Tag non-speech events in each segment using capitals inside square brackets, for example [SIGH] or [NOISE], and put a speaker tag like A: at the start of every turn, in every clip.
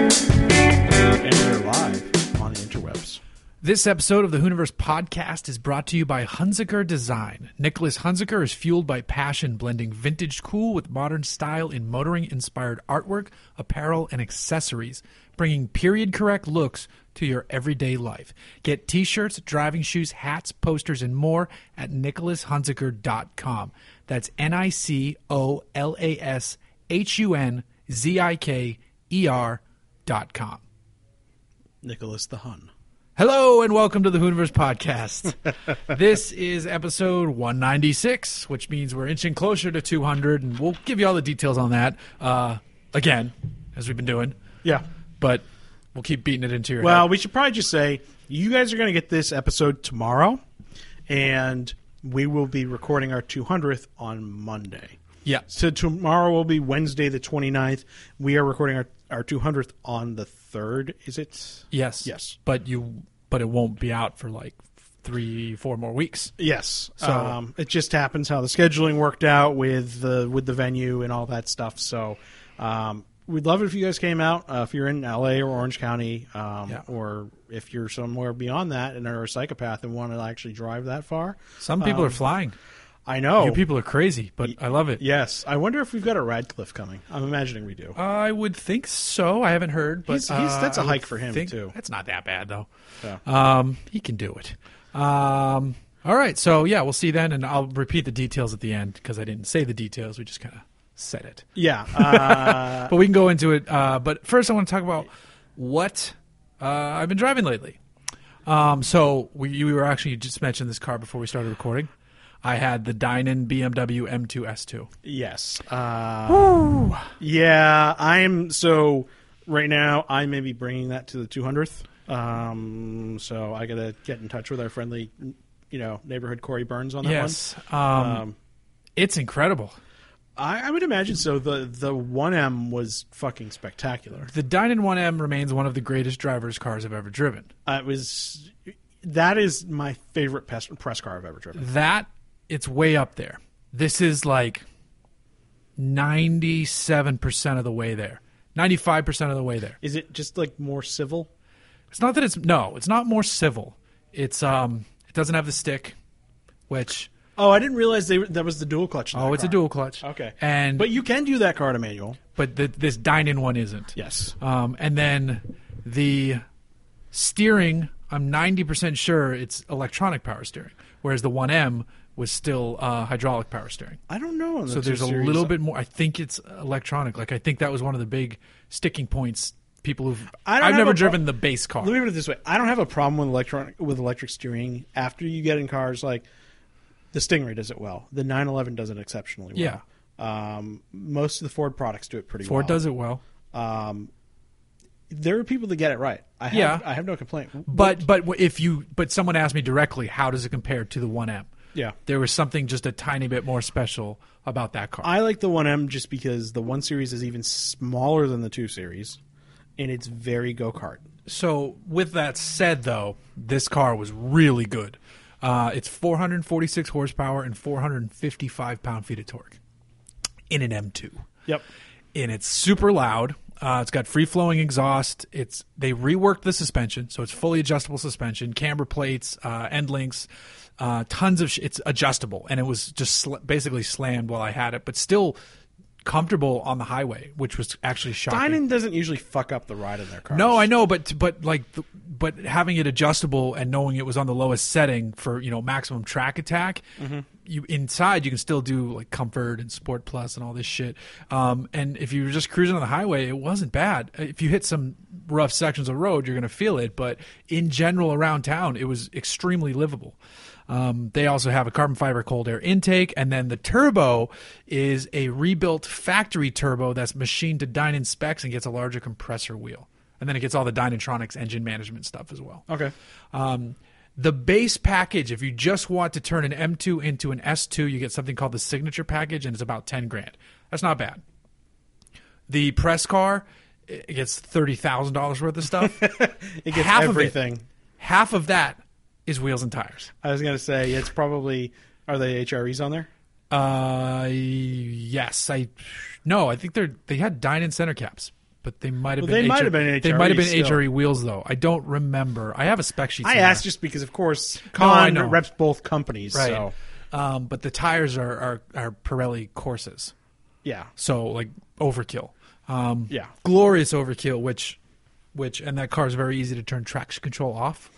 A: And we're live on the interwebs.
B: This episode of the Hooniverse podcast is brought to you by Hunziker Design. Nicholas Hunziker is fueled by passion, blending vintage cool with modern style in motoring inspired artwork, apparel, and accessories, bringing period correct looks to your everyday life. Get t shirts, driving shoes, hats, posters, and more at nicholaszhunziker.com. That's N I C O L A S H U N Z I K E R.com.
A: Nicholas the Hun.
B: Hello and welcome to the
A: [LAUGHS]
B: Hooniverse podcast. this is episode 196, which means we're inching closer to 200, and we'll give you all the details on that uh, again, as we've been doing.
A: Yeah.
B: But we'll keep beating it into your
A: Well,
B: head.
A: we should probably just say you guys are going to get this episode tomorrow, and we will be recording our 200th on Monday.
B: Yeah.
A: So tomorrow will be Wednesday, the 29th. We are recording our, our 200th on the 3rd, is it?
B: Yes.
A: Yes.
B: But you, but it won't be out for like three, four more weeks.
A: Yes. um, it just happens how the scheduling worked out with the with the venue and all that stuff. So um, we'd love it if you guys came out. Uh, if you're in LA or Orange County, um,
B: Yeah.
A: or if you're somewhere beyond that and are a psychopath and want to actually drive that far,
B: Some
A: Um,
B: people are flying.
A: I know.
B: You people are crazy, but I love it.
A: yes. I wonder if we've got a Radcliffe coming. I'm imagining we do.
B: I would think so. I haven't heard, but
A: He's- he's-
B: uh,
A: that's a
B: I
A: hike
B: would
A: for him,
B: think-
A: too.
B: That's not that bad though.
A: Yeah.
B: Um, he can do it. Um, all right, so yeah, we'll see then, and I'll repeat the details at the end because I didn't say the details. We just kind of said it,
A: yeah.
B: [LAUGHS]
A: Uh,
B: but we can go into it. Uh, but first, I want to talk about what uh, I've been driving lately. Um, so we you were actually you just mentioned this car before we started recording. I had the Dynan BMW M2 S2.
A: Yes. Uh, yeah, I'm so right now. I may be bringing that to the 200th. Um, so I gotta get in touch with our friendly, you know, neighborhood Corey Burns on that
B: Yes,
A: one.
B: um,
A: Um,
B: it's incredible.
A: I, I would imagine so. The the one M was fucking spectacular.
B: The Dynan 1M remains one of the greatest driver's cars I've ever driven.
A: Uh, it was. That is my favorite press, press car I've ever driven.
B: That it's way up there. This is like 97% of the way there. 95% of the way there.
A: Is it just like more civil?
B: It's not that it's no, it's not more civil. It's um it doesn't have the stick which
A: Oh, I didn't realize they, were- that was the dual clutch. in
B: oh,
A: that
B: it's a
A: car.
B: dual clutch.
A: Okay,
B: And
A: but
B: but,
A: you can do that car to manual.
B: but the, this Dynan one isn't.
A: Yes.
B: Um, and then the steering, I'm 90% sure it's electronic power steering, whereas the 1M was still uh, hydraulic power steering.
A: I don't know. on the
B: So
A: two
B: there's a
A: series.
B: little bit more. I think it's electronic. Like I think that was one of the big sticking points. People who've
A: I don't
B: I've
A: have
B: never
A: a pro-
B: driven the base car.
A: Let me put it this way: I don't have a problem with electronic with electric steering. After you get in cars, like the Stingray does it well, the 911 does it exceptionally well. Yeah. Um, most of the Ford products do it pretty
B: Ford
A: well.
B: does it well,
A: There are people that get it right. I have,
B: Yeah.
A: I have no complaint.
B: but but if you but someone asked me directly, how does it compare to the 1M?
A: Yeah.
B: there was something just a tiny bit more special about that car.
A: I like the 1M just because the 1 Series is even smaller than the 2 Series, and it's very go kart.
B: So, with that said, though, this car was really good. Uh, it's 446 horsepower and 455 pound feet of torque in an M2.
A: Yep.
B: And it's super loud. Uh, it's got free flowing exhaust. It's they reworked the suspension, so it's fully adjustable suspension, camber plates, uh, end links, uh, tons of. Sh- it's adjustable, and it was just sl- basically slammed while I had it, but still comfortable on the highway, which was actually shocking.
A: Dinan doesn't usually fuck up the ride in their cars.
B: No, I know, but but like, the, but having it adjustable and knowing it was on the lowest setting for you know maximum track attack, you inside you can still do like comfort and sport plus and all this shit. Um, and if you were just cruising on the highway, it wasn't bad. If you hit some rough sections of road, you're going to feel it. But in general, around town, it was extremely livable. Um, they also have a carbon fiber cold air intake, and then the turbo is a rebuilt factory turbo that's machined to Dynan specs and gets a larger compressor wheel, and then it gets all the Dynatronics engine management stuff as well.
A: Okay.
B: Um, the base package, if you just want to turn an M2 into an S2, you get something called the signature package, and it's about ten grand. That's not bad. The press car it gets thirty thousand dollars worth of stuff.
A: [LAUGHS] It gets
B: Half of it.
A: everything.
B: Half of that is wheels and tires.
A: I was gonna say it's probably are they HREs on there?
B: Uh, yes, I no, I think they're they had Dynan center caps, but they might have
A: Well,
B: been
A: they might
B: HR
A: have been
B: they might have been
A: HRE still.
B: HRE wheels though. I don't remember. I have a spec sheet.
A: I
B: somewhere.
A: asked just because, of course,
B: Oh, I
A: Con
B: know.
A: reps both companies.
B: right,
A: So
B: um, but the tires are are, are Pirelli courses.
A: yeah,
B: so like overkill um
A: Yeah.
B: glorious overkill which which and that car is very easy to turn traction control off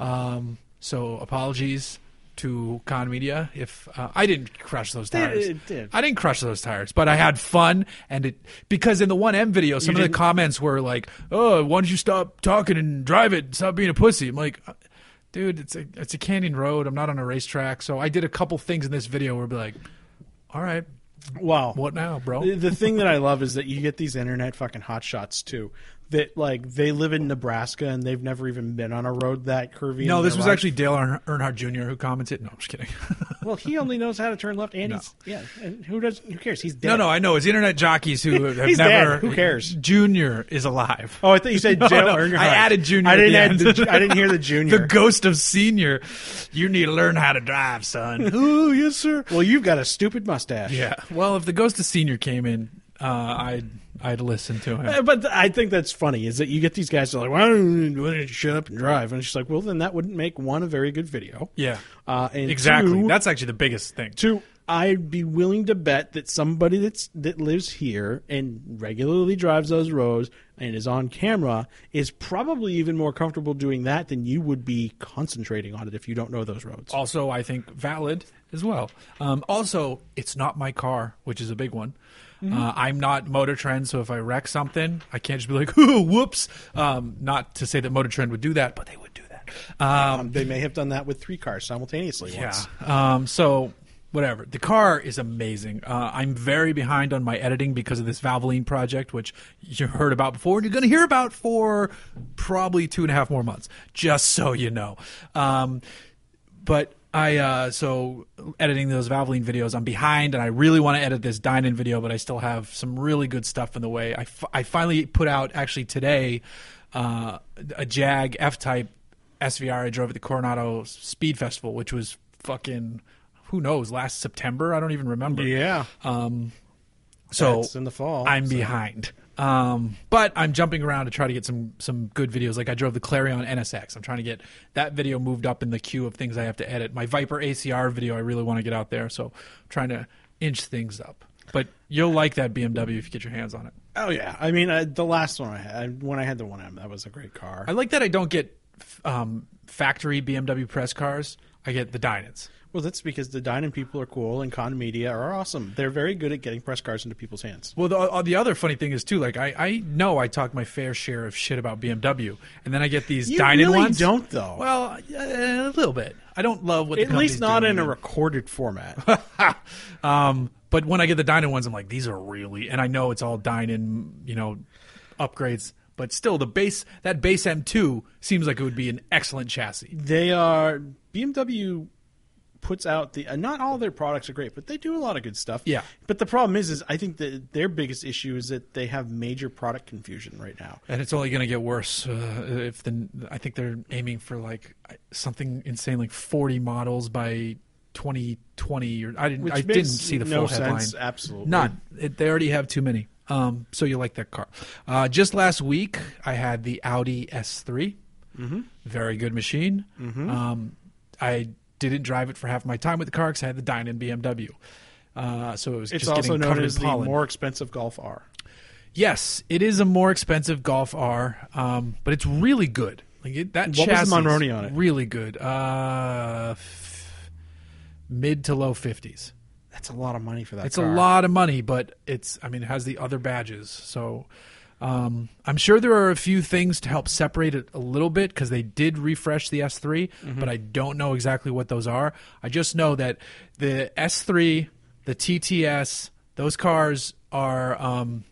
B: um so apologies to con media if uh, i didn't crush those tires
A: it did.
B: i didn't crush those tires but i had fun and it because in the 1m video some
A: You
B: of the
A: didn't-
B: comments were like oh why don't you stop talking and drive it and stop being a pussy i'm like dude it's a it's a canyon road i'm not on a racetrack so i did a couple things in this video where i'd be like all right
A: wow.
B: what now bro
A: The, the thing that I love is that you get these internet fucking hotshots too. That like they live in Nebraska and they've never even been on a road that curvy. in
B: No,
A: their
B: this was
A: life.
B: actually Dale Earn- Earnhardt Jr. who commented. No, I'm just kidding. [LAUGHS]
A: well, he only knows how to turn left, and he's yeah. And who does? Who cares? He's dead.
B: no, no, I know. It's internet
A: [LAUGHS]
B: jockeys who have
A: He's
B: never.
A: dead. Who cares?
B: Junior is alive.
A: Oh, I thought you said
B: [LAUGHS] No,
A: Dale
B: no,
A: Earnhardt.
B: I added Junior
A: I
B: at
A: didn't
B: the
A: add
B: end.
A: the ju- I didn't hear the
B: [LAUGHS] The
A: junior.
B: ghost of senior. You need to learn how to drive, son. oh, yes, sir.
A: well, you've got a stupid mustache.
B: [LAUGHS] Yeah. Well, if the ghost of senior came in, uh, I'd I'd listen to him.
A: Uh, But th- I think that's funny is that you get these guys that are like, why don't you- why don't you shut up and drive? And it's just like, well, then that wouldn't make one a very good video.
B: Yeah.
A: Uh, and
B: Exactly.
A: Two,
B: That's actually the biggest thing.
A: two, I'd be willing to bet that somebody that's that lives here and regularly drives those roads and is on camera is probably even more comfortable doing that than you would be concentrating on it if you don't know those roads.
B: Also, I think valid as well. Um, also, it's not my car, which is a big one. Uh, I'm not Motor Trend, so if I wreck something, I can't just be like, [LAUGHS] "Ooh, whoops!" Um, not to say that Motor Trend would do that, but they would do that. Um,
A: Um, they may have done that with three cars simultaneously.
B: yeah.
A: Once.
B: Um, so whatever. The car is amazing. Uh, I'm very behind on my editing because of this Valvoline project, which you heard about before, and you're going to hear about for probably two and a half more months. Just so you know. Um, but I uh, so editing those Valvoline videos, I'm behind, and I really want to edit this Dynan video, but I still have some really good stuff in the way. I, f- I finally put out actually today uh, a Jag F Type SVR I drove at the Coronado Speed Festival, which was fucking who knows last September. I don't even remember.
A: Yeah.
B: so
A: That's in the fall,
B: I'm
A: so-
B: behind. Um, but I'm jumping around to try to get some some good videos. Like I drove the Clarion NSX. I'm trying to get that video moved up in the queue of things I have to edit. My Viper ACR video I really want to get out there, so I'm trying to inch things up. But you'll like that BMW if you get your hands on it.
A: Oh yeah. I mean, uh, the last one I had, when I had the one M, that was a great car.
B: I like that I don't get f- um, factory BMW press cars. I get the Dynans.
A: Well, that's because the Dynan people are cool and Con Media are awesome. They're very good at getting press cars into people's hands.
B: Well, the, uh, the other funny thing is too, like I, I know I talk my fair share of shit about BMW, and then I get these
A: You
B: Dynan
A: really
B: ones.
A: don't, though.
B: Well, uh, a little bit. I don't love what the
A: At least
B: company's
A: not
B: doing.
A: in a recorded format.
B: [LAUGHS]
A: [LAUGHS]
B: um, but when I get the Dynan ones, I'm like, these are really, and I know it's all Dynan, you know, upgrades. But still, the base that base M2 seems like it would be an excellent chassis.
A: they are BMW puts out the uh, not all their products are great, but they do a lot of good stuff.
B: Yeah.
A: But the problem is, is I think that their biggest issue is that they have major product confusion right now.
B: And it's only going to get worse uh, if the I think they're aiming for like something insane, like 40 models by 2020. Or I didn't,
A: Which
B: I
A: makes
B: didn't see the
A: no
B: full headline.
A: sense, absolutely.
B: none. It, they already have too many. Um, so you like that car? Uh, just last week, I had the Audi S3. Mm-hmm. Very good machine.
A: Mm-hmm.
B: Um, I didn't drive it for half my time with the car because I had the Dynan BMW. Uh, so it was
A: It's
B: just
A: also
B: getting
A: known
B: covered
A: as
B: in
A: the
B: pollen.
A: more expensive Golf R.
B: Yes, it is a more expensive Golf R, um, but it's really good. Like it,
A: What
B: that
A: was the
B: chassis is
A: Monroney on it?
B: Really good. Uh, f- mid to low fifties.
A: That's a lot of money for that.
B: It's
A: car.
B: a lot of money, but it's. I mean, it has the other badges, so Um, I'm sure there are a few things to help separate it a little bit because they did refresh the S3,
A: Mm-hmm.
B: but I don't know exactly what those are. I just know that the S3, the TTS, those cars are um,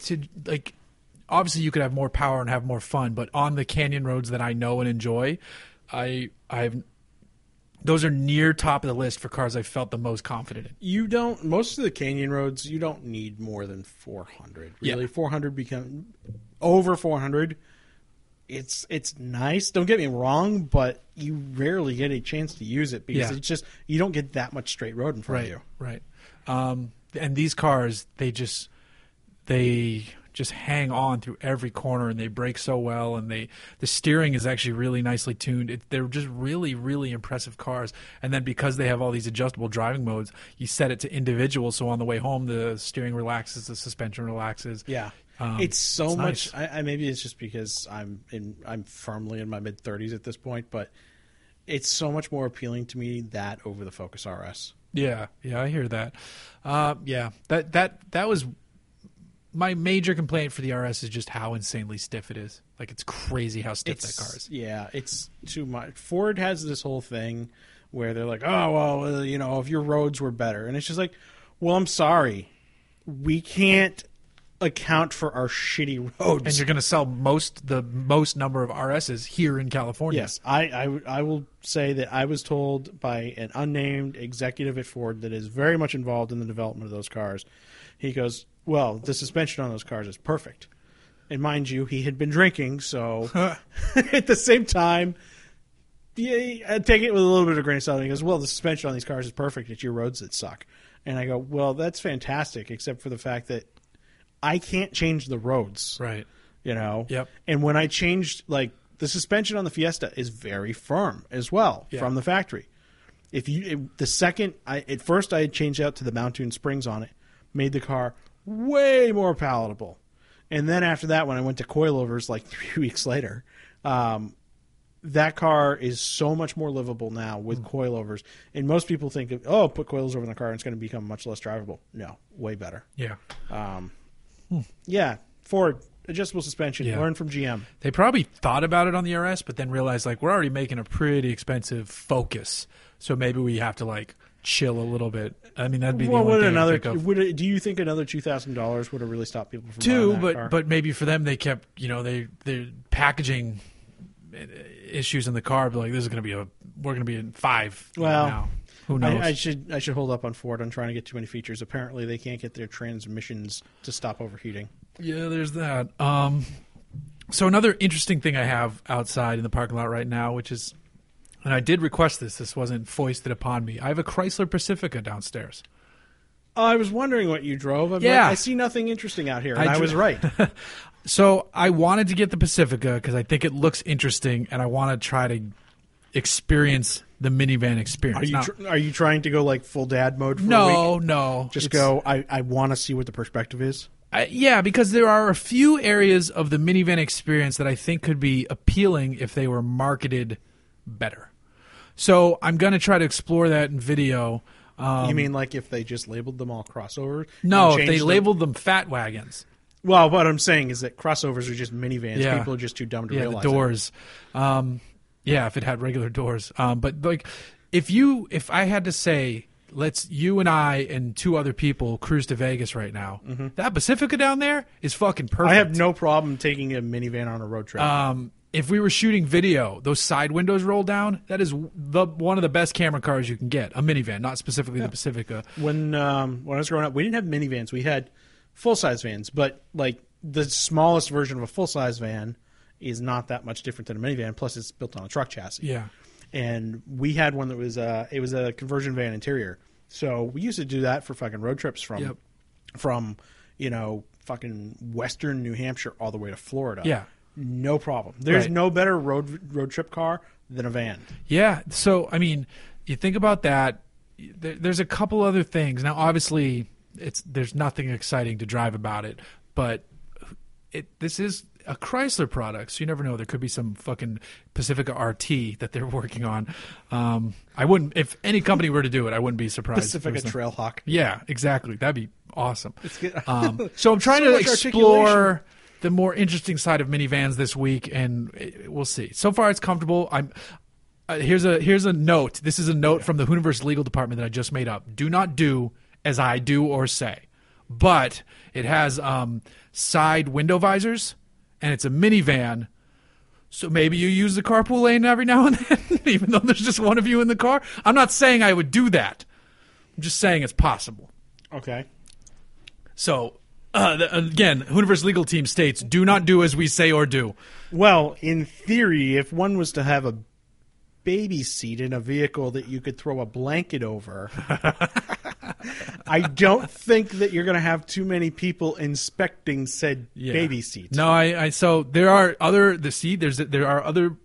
B: to like obviously you could have more power and have more fun, but on the canyon roads that I know and enjoy, I I've those are near top of the list for cars I felt the most confident in.
A: You don't most of the canyon roads you don't need more than 400.
B: Yeah.
A: Really 400 become over 400. It's it's nice. Don't get me wrong, but you rarely get a chance to use it because
B: Yeah.
A: it's just you don't get that much straight road in front of
B: Right.
A: you.
B: Right. Um, and these cars, they just they just hang on through every corner, and they brake so well, and they the steering is actually really nicely tuned. It, they're just really, really impressive cars. And then because they have all these adjustable driving modes, you set it to individual, so on the way home, the steering relaxes, the suspension relaxes.
A: Yeah.
B: Um,
A: it's so
B: it's
A: much.
B: nice.
A: I, I maybe it's just because I'm in. I'm firmly in my mid thirties at this point, but it's so much more appealing to me that over the Focus RS.
B: Yeah, yeah, I hear that. Uh, yeah, that that that was my major complaint for the RS is just how insanely stiff it is. Like it's crazy how stiff
A: It's-
B: that car is.
A: Yeah, it's too much. Ford has this whole thing where they're like, "Oh well, uh, you know, if your roads were better," and it's just like, "Well, I'm sorry, we can't account for our shitty [LAUGHS] roads."
B: And you're going to sell most the most number of RSs here in California.
A: Yes, I, I I will say that I was told by an unnamed executive at Ford that is very much involved in the development of those cars. He goes, "Well, the suspension on those cars is perfect." And mind you, he had been drinking, so [LAUGHS] at the same time, yeah, I take it with a little bit of grain of salt. He goes, "Well, the suspension on these cars is perfect. It's your roads that suck." And I go, "Well, that's fantastic, except for the fact that I can't change the roads."
B: Right.
A: you know
B: Yep.
A: and when i changed like the suspension on the fiesta is very firm as well
B: Yeah.
A: from the factory if you it, the second i at first i had changed out to the mountain springs on it made the car way more palatable and then after that when i went to coilovers like [LAUGHS] three weeks later um, that car is so much more livable now with
B: Mm.
A: coilovers and most people think of oh put coils over in the car and it's going to become much less drivable no way better
B: Yeah.
A: yeah ford adjustable suspension
B: Yeah.
A: learn from gm
B: They probably thought about it on the RS but then realized like we're already making a pretty expensive Focus. So maybe we have to like chill a little bit. I mean, that'd be
A: Well,
B: the only
A: would
B: thing I
A: another
B: think of.
A: would it- do you think another two thousand dollars would have really stopped people from buying
B: too,
A: that
B: but
A: car?
B: but maybe for them they kept you know they their packaging issues in the car. But like this is going to be a we're going to be in five.
A: Well,
B: now. who knows?
A: I, I should I should hold up on Ford on trying to get too many features. Apparently, they can't get their transmissions to stop overheating.
B: yeah, there's that. Um, so another interesting thing I have outside in the parking lot right now, which is, and I did request this. This wasn't foisted upon me. I have a Chrysler Pacifica downstairs.
A: Uh, I was wondering what you drove. I'm
B: Yeah.
A: like, I see nothing interesting out here, and
B: I
A: I,
B: dr-
A: was [LAUGHS] right.
B: So I wanted to get the Pacifica because I think it looks interesting, and I want to try to experience the minivan experience.
A: Are you
B: Now-
A: tr- are you trying to go like full dad mode? For a
B: no,
A: week?
B: no.
A: just
B: It's-
A: go. I I want to see what the perspective is.
B: I, yeah, because there are a few areas of the minivan experience that I think could be appealing if they were marketed better. So I'm going to try to explore that in video. Um,
A: you mean like if they just labeled them all crossovers? and
B: no, if they
A: changed them-
B: labeled them fat wagons.
A: Well, what I'm saying is that crossovers are just minivans.
B: Yeah.
A: People are just too dumb to
B: Yeah, the
A: realize. it.
B: doors. Um, yeah, if it had regular doors. Um, but like, if you, if I had to say, let's you and I and two other people cruise to Vegas right now, that Pacifica down there is fucking
A: Mm-hmm.
B: perfect.
A: I have no problem taking a minivan on a road trip.
B: um, if we were shooting video, those side windows roll down. That is the one of the best camera cars you can get. A minivan, not specifically the Pacifica.
A: when um, when I was growing up, we didn't have minivans. We had full size vans, but like the smallest version of a full size van is not that much different than a minivan. Plus, it's built on a truck chassis.
B: Yeah.
A: and we had one that was uh, it was a conversion van interior. So we used to do that for fucking road trips from
B: Yep.
A: from you know fucking western New Hampshire all the way to Florida.
B: Yeah.
A: no problem. There's
B: Right.
A: no better road road trip car than a van.
B: Yeah. So I mean, you think about that. There, there's a couple other things. Now, obviously, it's there's nothing exciting to drive about it, but it this is a Chrysler product, so you never know. There could be some fucking Pacifica RT that they're [LAUGHS] working on. Um, I wouldn't, if any company were to do it, I wouldn't be surprised. if
A: Pacifica
B: there was no-
A: Trailhawk.
B: yeah, exactly. That'd be awesome.
A: get-
B: um, so I'm trying
A: So
B: to
A: much articulation.
B: explore the more interesting side of minivans this week, and it- we'll see. So far, it's comfortable. I'm. Uh, here's a here's a note. This is a note from the Hooniverse legal department that I just made up. Do not do as I do or say, but it has um, side window visors, and it's a minivan. So maybe you use the carpool lane every now and then, [LAUGHS] even though there's just one of you in the car. I'm not saying I would do that. I'm just saying it's possible.
A: Okay.
B: So, uh, the, again, Hooniverse legal team states do not do as we say or do.
A: Well, in theory, if one was to have a baby seat in a vehicle that you could throw a blanket
B: [LAUGHS]
A: over, I don't think that you're going to have too many people inspecting said
B: Yeah.
A: baby seat.
B: No, I, I. So there are other the see. There's there are other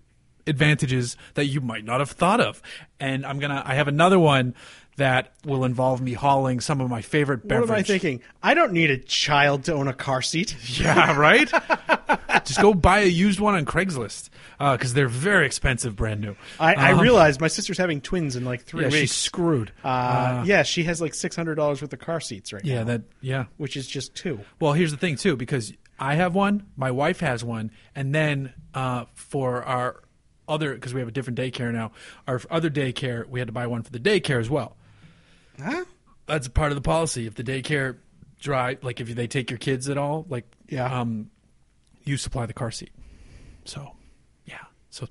B: advantages that you might not have thought of, and I'm gonna. I have another one that will involve me hauling some of my favorite
A: What
B: beverage.
A: am I thinking? I don't need a child to own a car seat.
B: [LAUGHS] Yeah, right. Just go buy a used one on Craigslist because they're very expensive, brand new.
A: I, I
B: Um,
A: realized my sister's having twins in like three
B: yeah, she's
A: weeks.
B: screwed.
A: Uh, yeah, she has like six hundred dollars worth of car seats right
B: yeah,
A: now,
B: that. Yeah,
A: which is just two.
B: Well, here's the thing too, because I have one, my wife has one, and then uh, for our other, because we have a different daycare now, our other daycare, we had to buy one for the daycare as well.
A: Huh?
B: That's part of the policy. If the daycare drive, like if they take your kids at all, like
A: Yeah.
B: um, you supply the car seat. So, yeah, so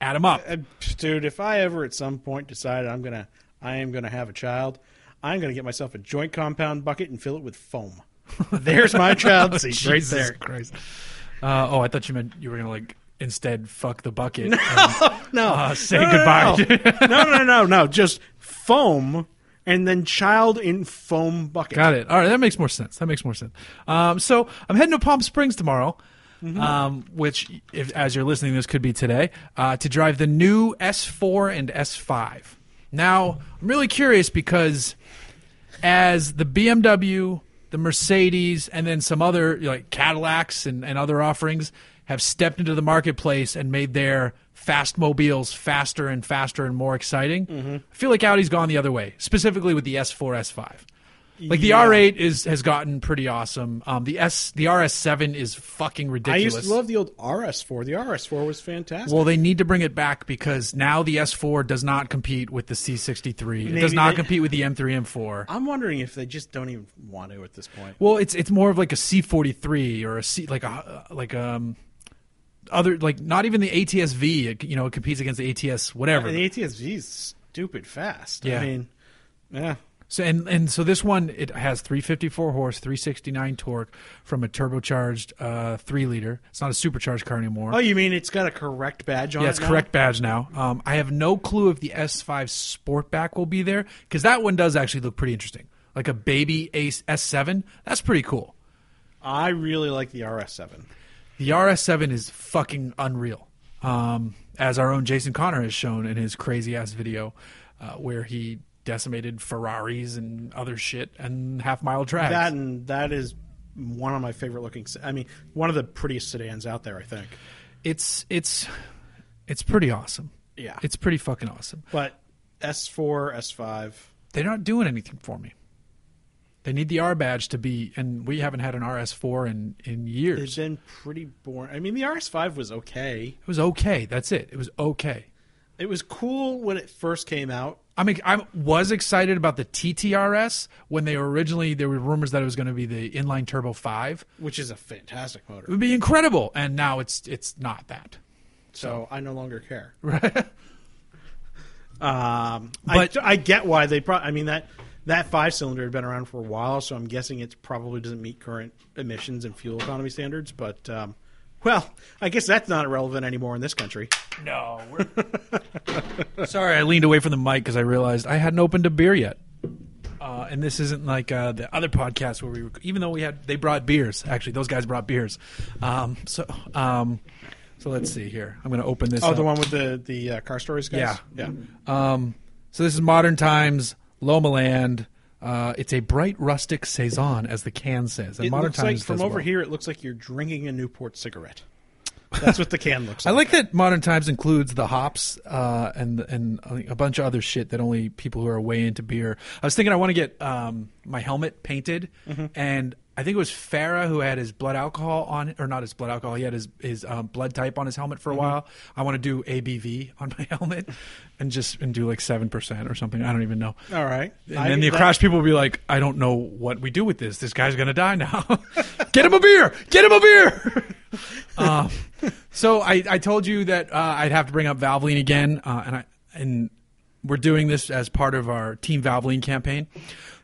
B: add them up.
A: Uh, dude, if I ever at some point decide I'm gonna, I am gonna have a child, I'm gonna get myself a joint compound bucket and fill it with
B: [LAUGHS]
A: foam. There's my child seat right
B: Jesus
A: there.
B: Christ. Uh, oh, I thought you meant you were gonna like instead fuck the bucket.
A: [LAUGHS]
B: and-
A: No,
B: Uh, say
A: No, no,
B: goodbye.
A: No. no, no, no, no, just foam, and then child in foam bucket.
B: Got it. All right, that makes more sense. That makes more sense. Um, so I'm heading to Palm Springs tomorrow, um, which, if, as you're listening, this could be today, uh, to drive the new S4 and S5. Now I'm really curious because as the BMW, the Mercedes, and then some other you know, like Cadillacs and, and other offerings have stepped into the marketplace and made their fast mobiles faster and faster and more exciting.
A: Mm-hmm.
B: I feel like Audi's gone the other way, specifically with the S4, S5. Like the
A: Yeah.
B: R8 is has gotten pretty awesome. Um, the S, the RS7 is fucking
A: I
B: ridiculous.
A: used to love the old RS4. The RS4 was fantastic.
B: Well, they need to bring it back because now the S4 does not compete with the C63. it does
A: Maybe
B: not
A: they-
B: compete with the M3, M4.
A: I'm wondering if they just don't even want to at this point.
B: Well, it's it's more of like a C forty three or a C like a like um other like not even the ATSV. It, you know, it competes against the ATS whatever.
A: The ATSV is stupid fast.
B: Yeah.
A: I mean, yeah.
B: So and and so this one it has 354 horse, 369 torque from a turbocharged uh, three liter. It's not a supercharged car anymore.
A: Oh, you mean it's got a correct badge on
B: yeah,
A: it?
B: it's
A: now?
B: correct badge now. Um, I have no clue if the S5 Sportback will be there because that one does actually look pretty interesting. Like a baby Ace S7, that's pretty cool.
A: I really like the RS7.
B: The RS7 is fucking unreal, um, as our own Jason Connor has shown in his crazy ass video, uh, where he decimated Ferraris and other shit and half mile drags.
A: That and that is one of my favorite looking. se- I mean, one of the prettiest sedans out there, I think.
B: it's it's it's pretty awesome.
A: Yeah.
B: it's pretty fucking awesome.
A: But S4, S5.
B: They're not doing anything for me. They need the R badge to be, and we haven't had an RS4 in in
A: It's
B: years.
A: been pretty boring. I mean, the RS5 was okay.
B: It was okay. That's it. It was okay.
A: It was cool when it first came out.
B: I mean, I was excited about the TTRS when they were originally. There were rumors that it was going to be the inline turbo five.
A: Which is a fantastic
B: It
A: motor,
B: would be incredible, and now it's it's not that.
A: so I no longer care. [LAUGHS] Right. Um,
B: But-
A: but I, I get why they. Pro- I mean that that five cylinder had been around for a while, so I'm guessing it probably doesn't meet current emissions and fuel economy standards. But um, well, I guess that's not relevant anymore in this country.
B: No. [LAUGHS] Sorry, I leaned away from the mic because I realized I hadn't opened a beer yet. Uh, and this isn't like uh, the other podcast where we, rec- even though we had, they brought beers. Actually, those guys brought beers. Um, so, um, so let's see here. I'm going to open this.
A: Oh,
B: up.
A: the one with the the uh, car stories guys.
B: Yeah.
A: yeah.
B: Um, so this is modern times, Loma Land, Uh, it's a bright rustic saison, as the can says. In
A: It
B: modern
A: looks
B: times,
A: like
B: it
A: from
B: says
A: over
B: well.
A: here, it looks like you're drinking a Newport cigarette. That's what the can looks
B: [LAUGHS] I
A: like.
B: like that modern times includes the hops uh, and and a bunch of other shit that only people who are way into beer. I was thinking I want to get um, my helmet painted,
A: Mm-hmm.
B: and I think it was Farah who had his blood alcohol on, or not his blood alcohol. He had his his um, blood type on his helmet for a
A: Mm-hmm.
B: while. I want to do ABV on my [LAUGHS] helmet, and just and do like seven percent or something. I don't even know.
A: All right.
B: And
A: I-
B: then the
A: that-
B: crash people will be like, I don't know what we do with this. This guy's going to die now. [LAUGHS] Get him a beer. Get him a beer. [LAUGHS] um, so I, I told you that uh, I'd have to bring up Valvoline again. Uh, and I, and we're doing this as part of our Team Valvoline campaign.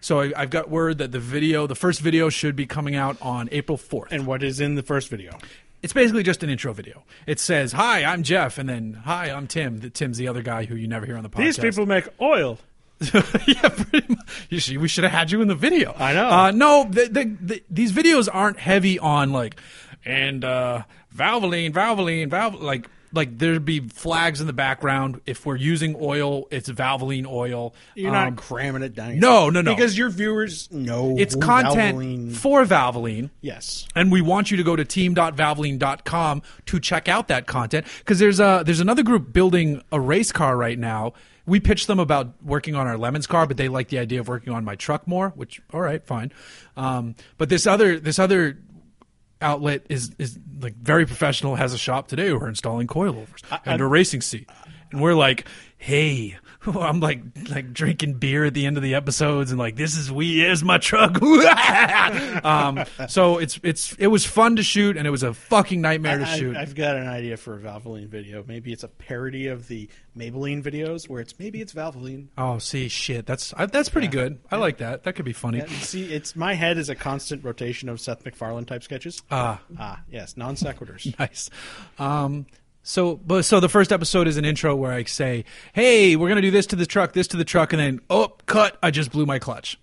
B: So I, I've got word that the video, the first video should be coming out on April 4th.
A: And what is in the first video?
B: It's basically just an intro video. It says, "Hi, I'm Jeff," and then, "Hi, I'm Tim." The, Tim's the other guy who you never hear on the podcast.
A: These people make oil.
B: [LAUGHS] yeah, pretty much. You should, we should have had you in the video.
A: I know.
B: Uh, no, the, the, the, these videos aren't heavy on like, and uh, Valvoline, Valvoline, Valvoline. Like, like there'd be flags in the background. If we're using oil, it's Valvoline oil.
A: You're
B: Um,
A: not cramming it down. your
B: no,
A: throat.
B: no, no.
A: Because your viewers know
B: it's
A: who
B: content
A: Valvoline-
B: for Valvoline.
A: yes.
B: And we want you to go to team.valvoline.com to check out that content because there's a there's another group building a race car right now. We pitched them about working on our lemons car, but they like the idea of working on my truck more. Which all right, fine. Um, but this other this other outlet is is like very professional. Has a shop today. We're installing coilovers and a racing seat, and we're like, hey. [LAUGHS] I'm like like drinking beer at the end of the episodes and like this is we here's my truck. [LAUGHS] um, so it's it's it was fun to shoot and it was a fucking nightmare to
A: I,
B: shoot.
A: have got an idea for a Valvoline video. Maybe it's a parody of the Maybelline videos where it's maybe it's Valvoline.
B: oh, see shit. That's I, that's pretty good. I like that. That could be funny.
A: Yeah, you See, it's my head is a constant rotation of Seth MacFarlane type sketches. Ah, ah, yes, non sequiturs.
B: nice. Um, so, but so the first episode is an intro where I say, "Hey, we're gonna do this to the truck, this to the truck," and then, oh, cut! I just blew my clutch.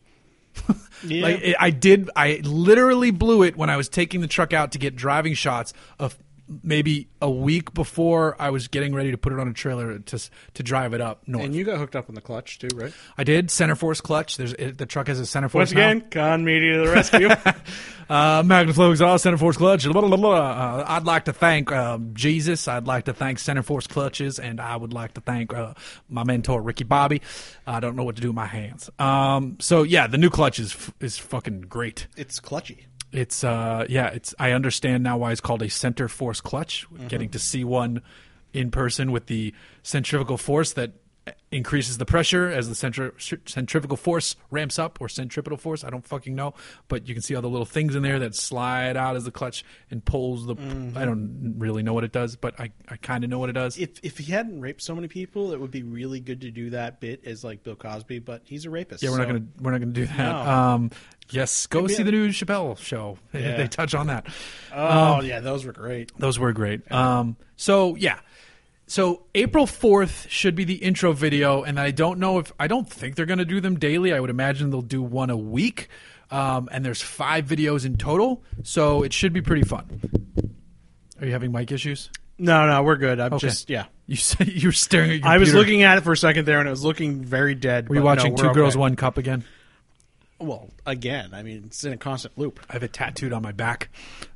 A: [LAUGHS] Yeah.
B: Like it, I did, I literally blew it when I was taking the truck out to get driving shots of maybe a week before I was getting ready to put it on a trailer to s- to drive it up north.
A: and you got hooked up on the clutch too, right?
B: I did center force clutch. There's it, the truck has a center force
A: Once
B: now.
A: again, con media to the rescue.
B: Uh, Magnaflow exhaust, center force clutch. Blah, blah, blah, blah. Uh, I'd like to thank um, Jesus. I'd like to thank center force clutches, and I would like to thank uh, my mentor Ricky Bobby. I don't know what to do with my hands. Um, so yeah, the new clutch is f- is fucking great.
A: [LAUGHS] it's clutchy.
B: It's uh yeah, it's I understand now why it's called a center force clutch.
A: Mm-hmm.
B: Getting to see one in person with the centrifugal force that increases the pressure as the centri- centrifugal force ramps up or centripetal force, I don't fucking know, but you can see all the little things in there that slide out as the clutch and pulls the
A: Mm-hmm.
B: I don't really know what it does, but I I kind of know what it does.
A: If if he hadn't raped so many people, it would be really good to do that bit as like Bill Cosby, but he's a rapist.
B: Yeah, we're not
A: so-
B: gonna we're not gonna do that.
A: No.
B: Um, yes, go
A: Maybe
B: see
A: I-
B: the new Chappelle show. [LAUGHS]
A: Yeah.
B: they touch on that.
A: Oh yeah, those were great.
B: Those were great. Um, so yeah, so April fourth should be the intro video, and I don't know if I don't think they're going to do them daily. I would imagine they'll do one a week, um, and there's five videos in total, so it should be pretty fun. Are you having mic issues? [LAUGHS]
A: No, no, we're good. I'm just yeah.
B: You said you were staring at. Your
A: I was
B: computer.
A: looking at it for a second there, and it was looking very dead.
B: Were you
A: but no,
B: watching
A: we're
B: Two Girls
A: okay.
B: One Cup again?
A: Well, again, I mean, it's in a constant loop.
B: I have it tattooed on my back.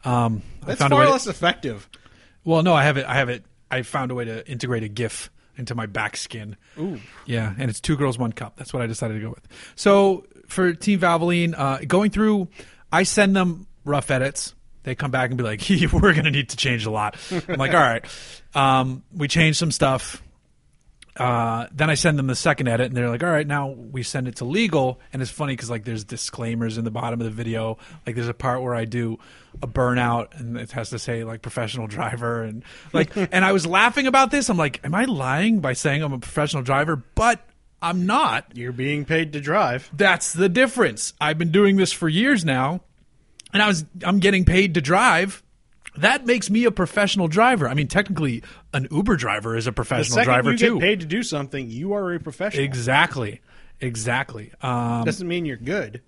B: Um, I
A: That's
B: found a
A: far
B: way to-
A: less effective.
B: Well, no, I have it. I have it. I found a way to integrate a GIF into my back skin. Ooh. Yeah, and it's two girls, one cup. That's what I decided to go with. So for Team Valvoline, uh, going through, I send them rough edits. They come back and be like, [LAUGHS] "We're going to need to change a lot." I'm like, "All right." Um, we changed some stuff. Uh, then I send them the second edit, and they're like, "All right, now we send it to legal." And it's funny because like there's disclaimers in the bottom of the video. Like there's a part where I do a burnout, and it has to say like professional driver, and
A: [LAUGHS]
B: like, and I was laughing about this. I'm like, "Am I lying by saying I'm a professional driver?" But I'm not.
A: You're being paid to drive.
B: That's the difference. I've been doing this for years now, and I was I'm getting paid to drive. That makes me a professional driver. I mean, technically, an Uber driver is a
A: The
B: professional
A: second
B: driver
A: you
B: too.
A: get paid to do something, you are a professional.
B: Exactly. Exactly. Um,
A: Doesn't mean you're good.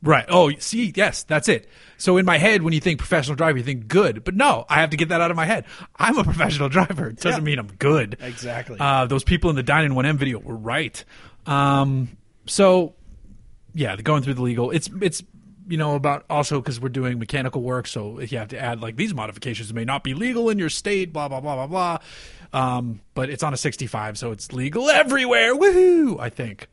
B: right. Oh, see, yes, that's it. So in my head, when you think professional driver, you think good. But no, I have to get that out of my head. I'm a [LAUGHS] professional driver. It doesn't
A: Yeah.
B: mean I'm good.
A: Exactly.
B: Uh, those people in the Dine in 1M video were right. Um, so yeah, going through the legal. It's it's you know about also because we're doing mechanical work, so you have to add like these modifications may not be legal in your state. Blah blah blah blah blah. Um, but it's on a 65, so it's legal everywhere. Woohoo! I think.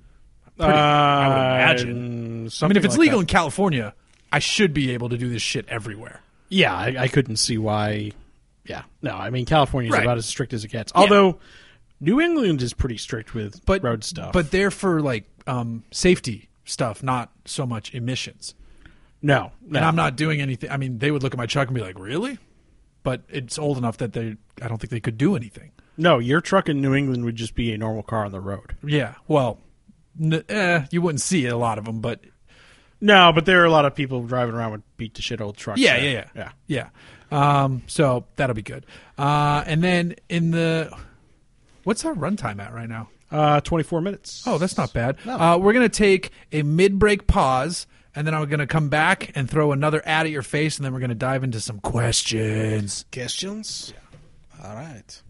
B: Pretty- I would
A: Uh,
B: imagine. I mean, if it's legal in California, I should be able to do this shit everywhere.
A: Yeah, I, I couldn't see why. Yeah, no, I mean California's
B: Right.
A: about as strict as it gets. Although New England is pretty strict with
B: But
A: road stuff.
B: But they're for like um, safety stuff, not so much emissions.
A: no, no,
B: and I'm not doing anything. I mean, they would look at my truck and be like, "Really?" But it's old enough that they, I don't think they could do anything.
A: no. Your truck in New England would just be a normal car on the road.
B: Yeah. Well, n- eh, you wouldn't see a lot of them, but
A: No, but there are a lot of people driving around with beat to shit old trucks.
B: yeah,
A: there.
B: yeah, yeah, yeah, yeah. Um, so that'll be good. Uh, and then in the, what's our runtime at right now?
A: yeah. Uh, Twenty four minutes.
B: Oh, that's not bad. Uh, we're going to take a mid break pause, and then I'm going to come back and throw another ad at your face, and then we're going to dive into some questions.
C: Questions? All right.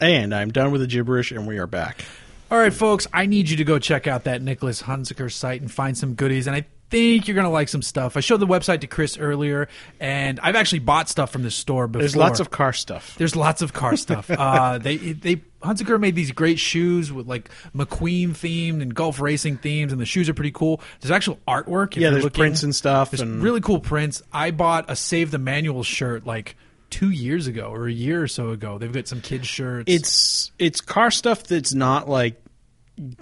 A: And I'm done with the gibberish, and we are back.
B: All right, folks, I need you to go check out that Nicholas Hunziker site and find some goodies. And I think you're going to like some stuff. I showed the website to Chris earlier, and I've actually bought stuff from this store before.
A: There's lots of car stuff.
B: There's lots of car stuff.
A: [LAUGHS]
B: Uh, they they Hunziker made these great shoes with like McQueen themed and golf racing themes, and the shoes are pretty cool. There's actual artwork. if
A: Yeah,
B: you're
A: there's
B: looking.
A: prints and stuff
B: There's
A: and-
B: really cool prints. I bought a Save the Manual shirt like two years ago or a year or so ago. They've got some kids shirts.
A: It's it's car stuff that's not like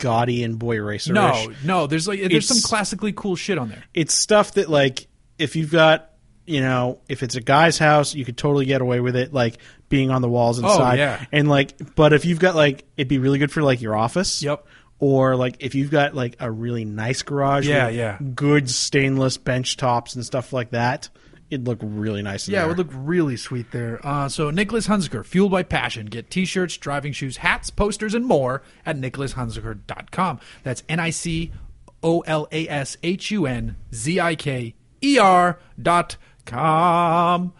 A: gaudy and boy racer.
B: no, no. There's like there's some
A: It's-
B: classically cool shit on there.
A: it's stuff that like if you've got you know if it's a guy's house you could totally get away with it like being on the walls inside
B: Oh, yeah.
A: and like but if you've got like it'd be really good for like your office
B: Yep.
A: or like if you've got like a really nice garage
B: Yeah,
A: with
B: yeah.
A: good stainless bench tops and stuff like that it'd look really nice in
B: Yeah, it
A: there.
B: would look really sweet there. Uh, so Nicholas Hunziker, fueled by passion. Get t-shirts, driving shoes, hats, posters, and more at nicholashunziker.com. That's N-I-C-O-L-A-S-H-U-N-Z-I-K-E-R E dot com.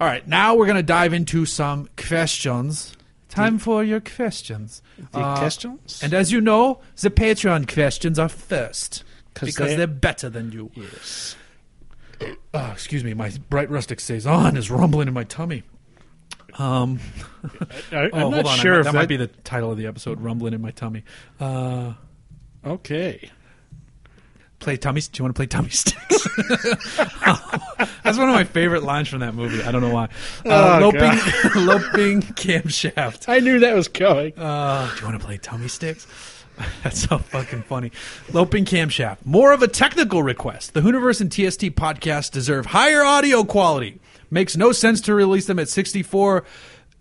B: All right, now we're going to dive into some questions. Time for your questions.
A: The
B: Uh,
A: questions
B: and as you know, the Patreon questions are first
A: 'Cause
B: because
A: they-
B: they're better than you. Ah, excuse me, my bright rustic saison is rumbling in my tummy. Um,
A: I,
B: oh, hold on, I might- that, might be the title of the episode, "Rumbling in My Tummy." Uh,
A: okay
B: play tummies. Do you want to play tummy sticks? [LAUGHS] That's one of my favorite lines from that movie. I don't know why.
A: Oh,
B: Uh, loping, [LAUGHS] loping camshaft.
A: i knew that was going
B: Uh, do you want to play tummy sticks? [LAUGHS] That's so fucking funny. Loping camshaft. More of a technical request. The Hooniverse and TST podcast deserve higher audio quality. Makes no sense to release them at uh, 64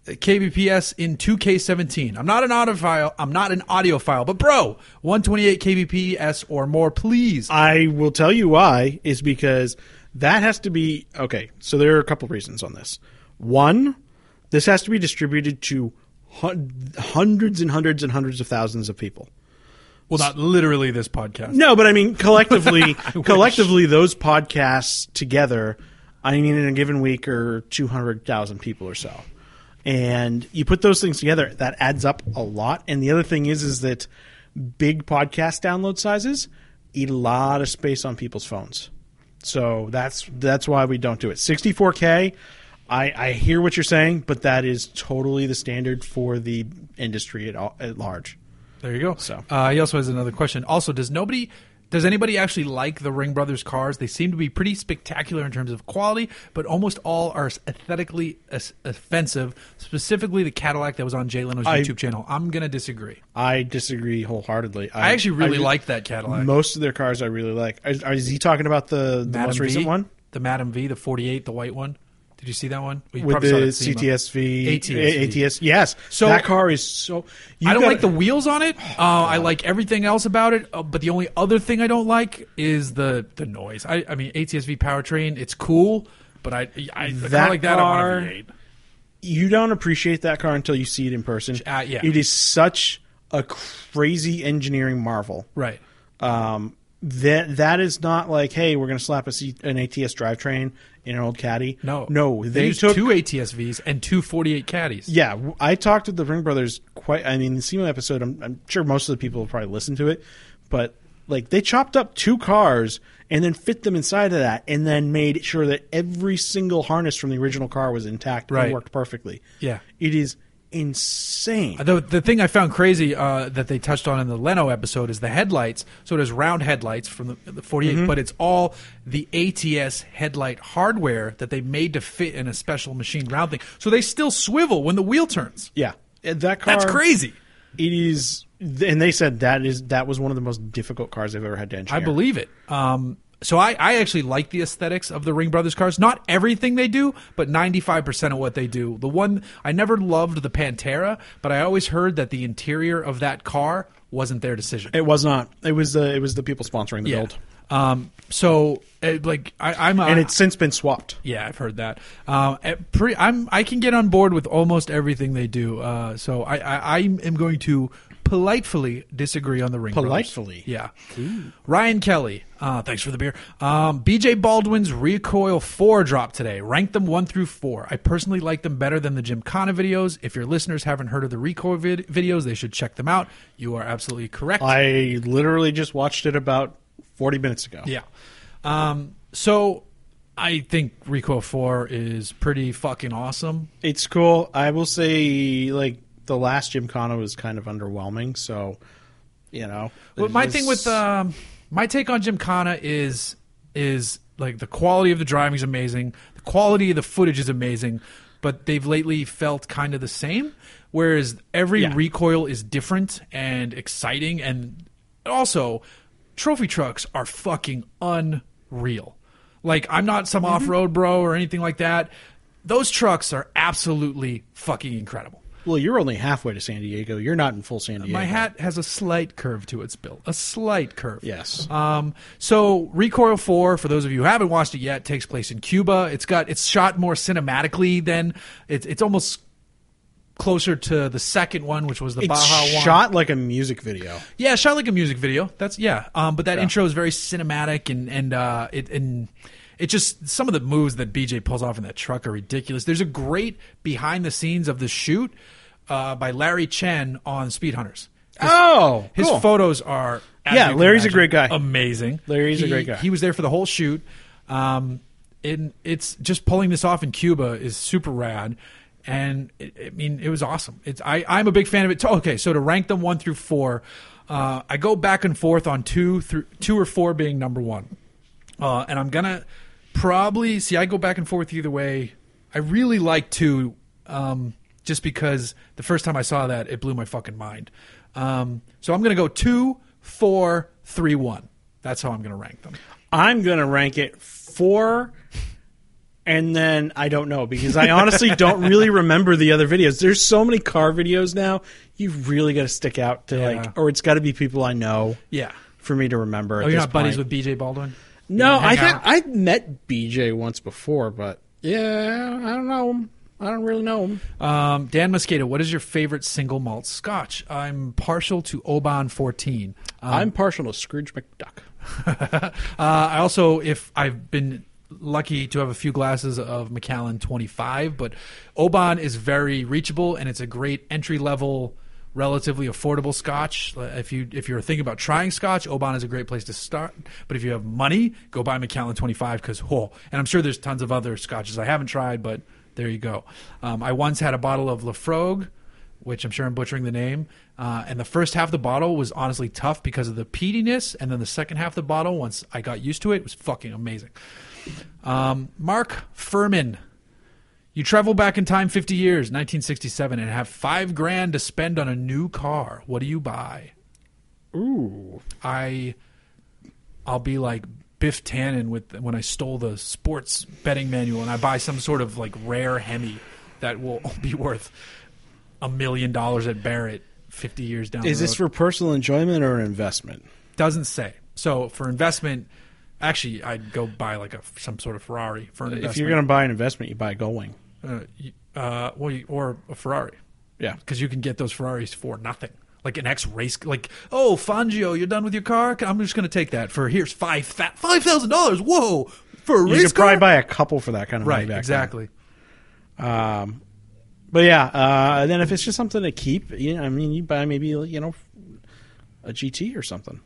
B: kbps in 2K17. I'm not an audiophile. I'm not an audiophile, but bro, 128 kbps or more, please.
A: I will tell you why is because that has to be okay. So there are a couple reasons on this. One, this has to be distributed to hun- hundreds and hundreds and hundreds of thousands of people.
B: Well, not literally this podcast.
A: No, but I
B: [LAUGHS]
A: mean collectively, collectively those podcasts together, I mean in a given week are 200,000 people or so. And you put those things together, that adds up a lot. And the other thing is is that big podcast download sizes eat a lot of space on people's phones. So that's that's why we don't do it. 64K I, I hear what you're saying, but that is totally the standard for the industry at, all, at large.
B: There you go.
A: So.
B: uh, he also has another question. Also, does nobody, does anybody actually like the Ring Brothers cars? They seem to be pretty spectacular in terms of quality, but almost all are aesthetically as- offensive. Specifically, the Cadillac that was on Jay Leno's
A: I-
B: YouTube channel. I'm gonna disagree.
A: I disagree wholeheartedly.
B: I actually really
A: like
B: like that Cadillac.
A: Most of their cars I really like. Is, is he talking about the, the
B: Madam
A: most
B: V,
A: recent one?
B: the Madam V, the 48, the white one. Did you see that one? Well, you
A: With
B: probably saw it
A: the
B: at SEMA.
A: CTSV,
B: ATSV.
A: ATS, yes.
B: So-
A: So that car is so. you
B: I don't
A: gotta-
B: like the wheels
A: [SIGHS]
B: on it. Uh, I like everything else about it. Uh, but the only other thing I don't like is the the noise. I, I mean, ATSV powertrain, it's cool, but I I, I
A: [LAUGHS]
B: kinda
A: That
B: like that on a
A: car-
B: V8.
A: You don't appreciate that car until you see it in person.
B: Uh, yeah.
A: it is such a crazy engineering marvel.
B: Right.
A: Um, that that is not like, hey, we're going to slap a C, an ATS drivetrain in an old Caddy.
B: No.
A: no,
B: They,
A: they,
B: used
A: took
B: two ATSVs and two 48 caddies.
A: Yeah, w- I talked to the Ring Brothers quite. I mean, the SEMA episode. I'm, I'm sure most of the people have probably listened to it, but Like they chopped up two cars and then fit them inside of that, and then made sure that every single harness from the original car was intact
B: Right.
A: and worked perfectly.
B: Yeah.
A: it is insane.
B: The, the thing I found crazy uh, that they touched on in the Leno episode is the headlights. So it is round headlights from the, the 48,
A: Mm-hmm.
B: but it's all the ATS headlight hardware that they made to fit in a special machine round thing. So they still swivel when the wheel turns.
A: yeah, And that car.
B: That's crazy.
A: It is, and they said that is that was one of the most difficult cars they've ever had to
B: I
A: engineer.
B: believe it. Um, so I, I actually like the aesthetics of the Ring Brothers cars. Not everything they do, but 95% of what they do. The one I never loved the Pantera, but I always heard that the interior of that car wasn't their decision.
A: It was not. It was the it was the people sponsoring the
B: Yeah.
A: build,
B: Um, so it, like I, I'm a,
A: and it's since been swapped.
B: yeah, I've heard that. Um, at pre, I'm I can get on board with almost everything they do. Uh, so I, I I am going to politely disagree on the ring. Brothers.
A: Politely?
B: yeah. Ryan Kelly, uh, thanks for the beer. Um, B.J. Baldwin's Recoil Four drop today. Rank them one through four. I personally like them better than the Jim Connor videos. If your listeners haven't heard of the Recoil vid- videos, they should check them out. You are absolutely correct.
A: I literally just watched it about forty minutes ago.
B: Yeah. Um, so I think Recoil 4 is pretty fucking awesome.
A: It's cool. I will say, like the last Gymkhana was kind of underwhelming. So, you know,
B: Well, my
A: This-
B: thing with um, my take on Gymkhana is is like the quality of the driving is amazing, the quality of the footage is amazing, but they've lately felt kind of the same. Whereas every
A: Yeah.
B: recoil is different and exciting, and also trophy trucks are fucking unreal. Like I'm not some
A: Mm-hmm.
B: off road bro or anything like that. Those trucks are absolutely fucking incredible.
A: well, you're only halfway to San Diego. You're not in full San Diego.
B: My hat has a slight curve to its bill, a slight curve.
A: Yes.
B: Um, so Recoil Four, for those of you who haven't watched it yet, takes place in Cuba. It's got it's shot more cinematically than it's it's almost closer to the second one, which was the
A: it's
B: Baja one.
A: shot like a music video.
B: Yeah, shot like a music video. That's yeah. Um, but that intro is very cinematic and and uh, it and it just some of the moves that BJ pulls off in that truck are ridiculous. There's a great behind the scenes of the shoot uh, by Larry Chen on Speed Hunters.
A: oh,
B: His
A: cool.
B: photos are as
A: Yeah,
B: you can
A: Larry's a
B: imagine,
A: great guy.
B: Amazing.
A: Larry's a
B: He-
A: great guy.
B: He was there for the whole shoot. Um, and it's just pulling this off in Cuba is super rad. And it, I mean, it was awesome. It's I I'm a big fan of it. So- Okay, so to rank them one through four, uh, I go back and forth on two through two or four being number one, uh, and I'm gonna probably see. I go back and forth either way. I really like two, um, just because the first time I saw that, it blew my fucking mind. Um, so I'm gonna go two, four, three, one. That's how I'm gonna rank them.
A: I'm gonna rank it four, and then I don't know because I honestly don't really
B: [LAUGHS]
A: remember the other videos. There's so many car videos now. You really got to stick out to
B: Yeah.
A: like, or it's got to be people I know.
B: Yeah.
A: For me to remember.
B: Oh, you're not buddies with BJ Baldwin?
A: No, I
B: hang
A: think
B: out?
A: I met BJ once before, but yeah, I don't know him. I don't really know him.
B: Um, Dan Mosqueda, what is your favorite single malt scotch? I'm partial to Oban 14. Um,
A: I'm partial to Scrooge McDuck.
B: [LAUGHS] uh, I also, if I've been lucky to have a few glasses of Macallan 25, but Oban is very reachable and it's a great entry level, relatively affordable Scotch. Uh, If you if you're thinking about trying Scotch, Oban is a great place to start. But if you have money, go buy Macallan 25 because whoa, and I'm sure there's tons of other Scotches I haven't tried, but there you go. Um, I once had a bottle of Lafrogue which I'm sure I'm butchering the name. Uh, and the first half of the bottle was honestly tough because of the peatiness, and then the second half of the bottle, once I got used to it, was fucking amazing. Um, Mark Furman, you travel back in time 50 years, 1967, and have five grand to spend on a new car. What do you buy?
A: Ooh,
B: I, I'll be like Biff Tannen with when I stole the sports betting manual, and I buy some sort of like rare Hemi that will [LAUGHS] be worth a million dollars at Barrett fifty years down.
A: is
B: the
A: this
B: road.
A: for personal enjoyment or an investment?
B: doesn't say? So for investment, actually, I'd go buy like a some sort of Ferrari for an investment.
A: If you're going to buy an investment, you buy going.
B: uh, you- uh, well, you- or a Ferrari.
A: Yeah.
B: because you can get those Ferraris for nothing. Like an ex race, like oh Fangio, you're done with your car. I'm just going to take that for here's five five thousand dollars. Whoa, for a
A: You
B: race
A: could probably
B: car?
A: buy a couple for that kind of money back
B: right,
A: then.
B: exactly.
A: But yeah, uh, and then if it's just something to keep, you know, I mean, you buy maybe you know a GT or something.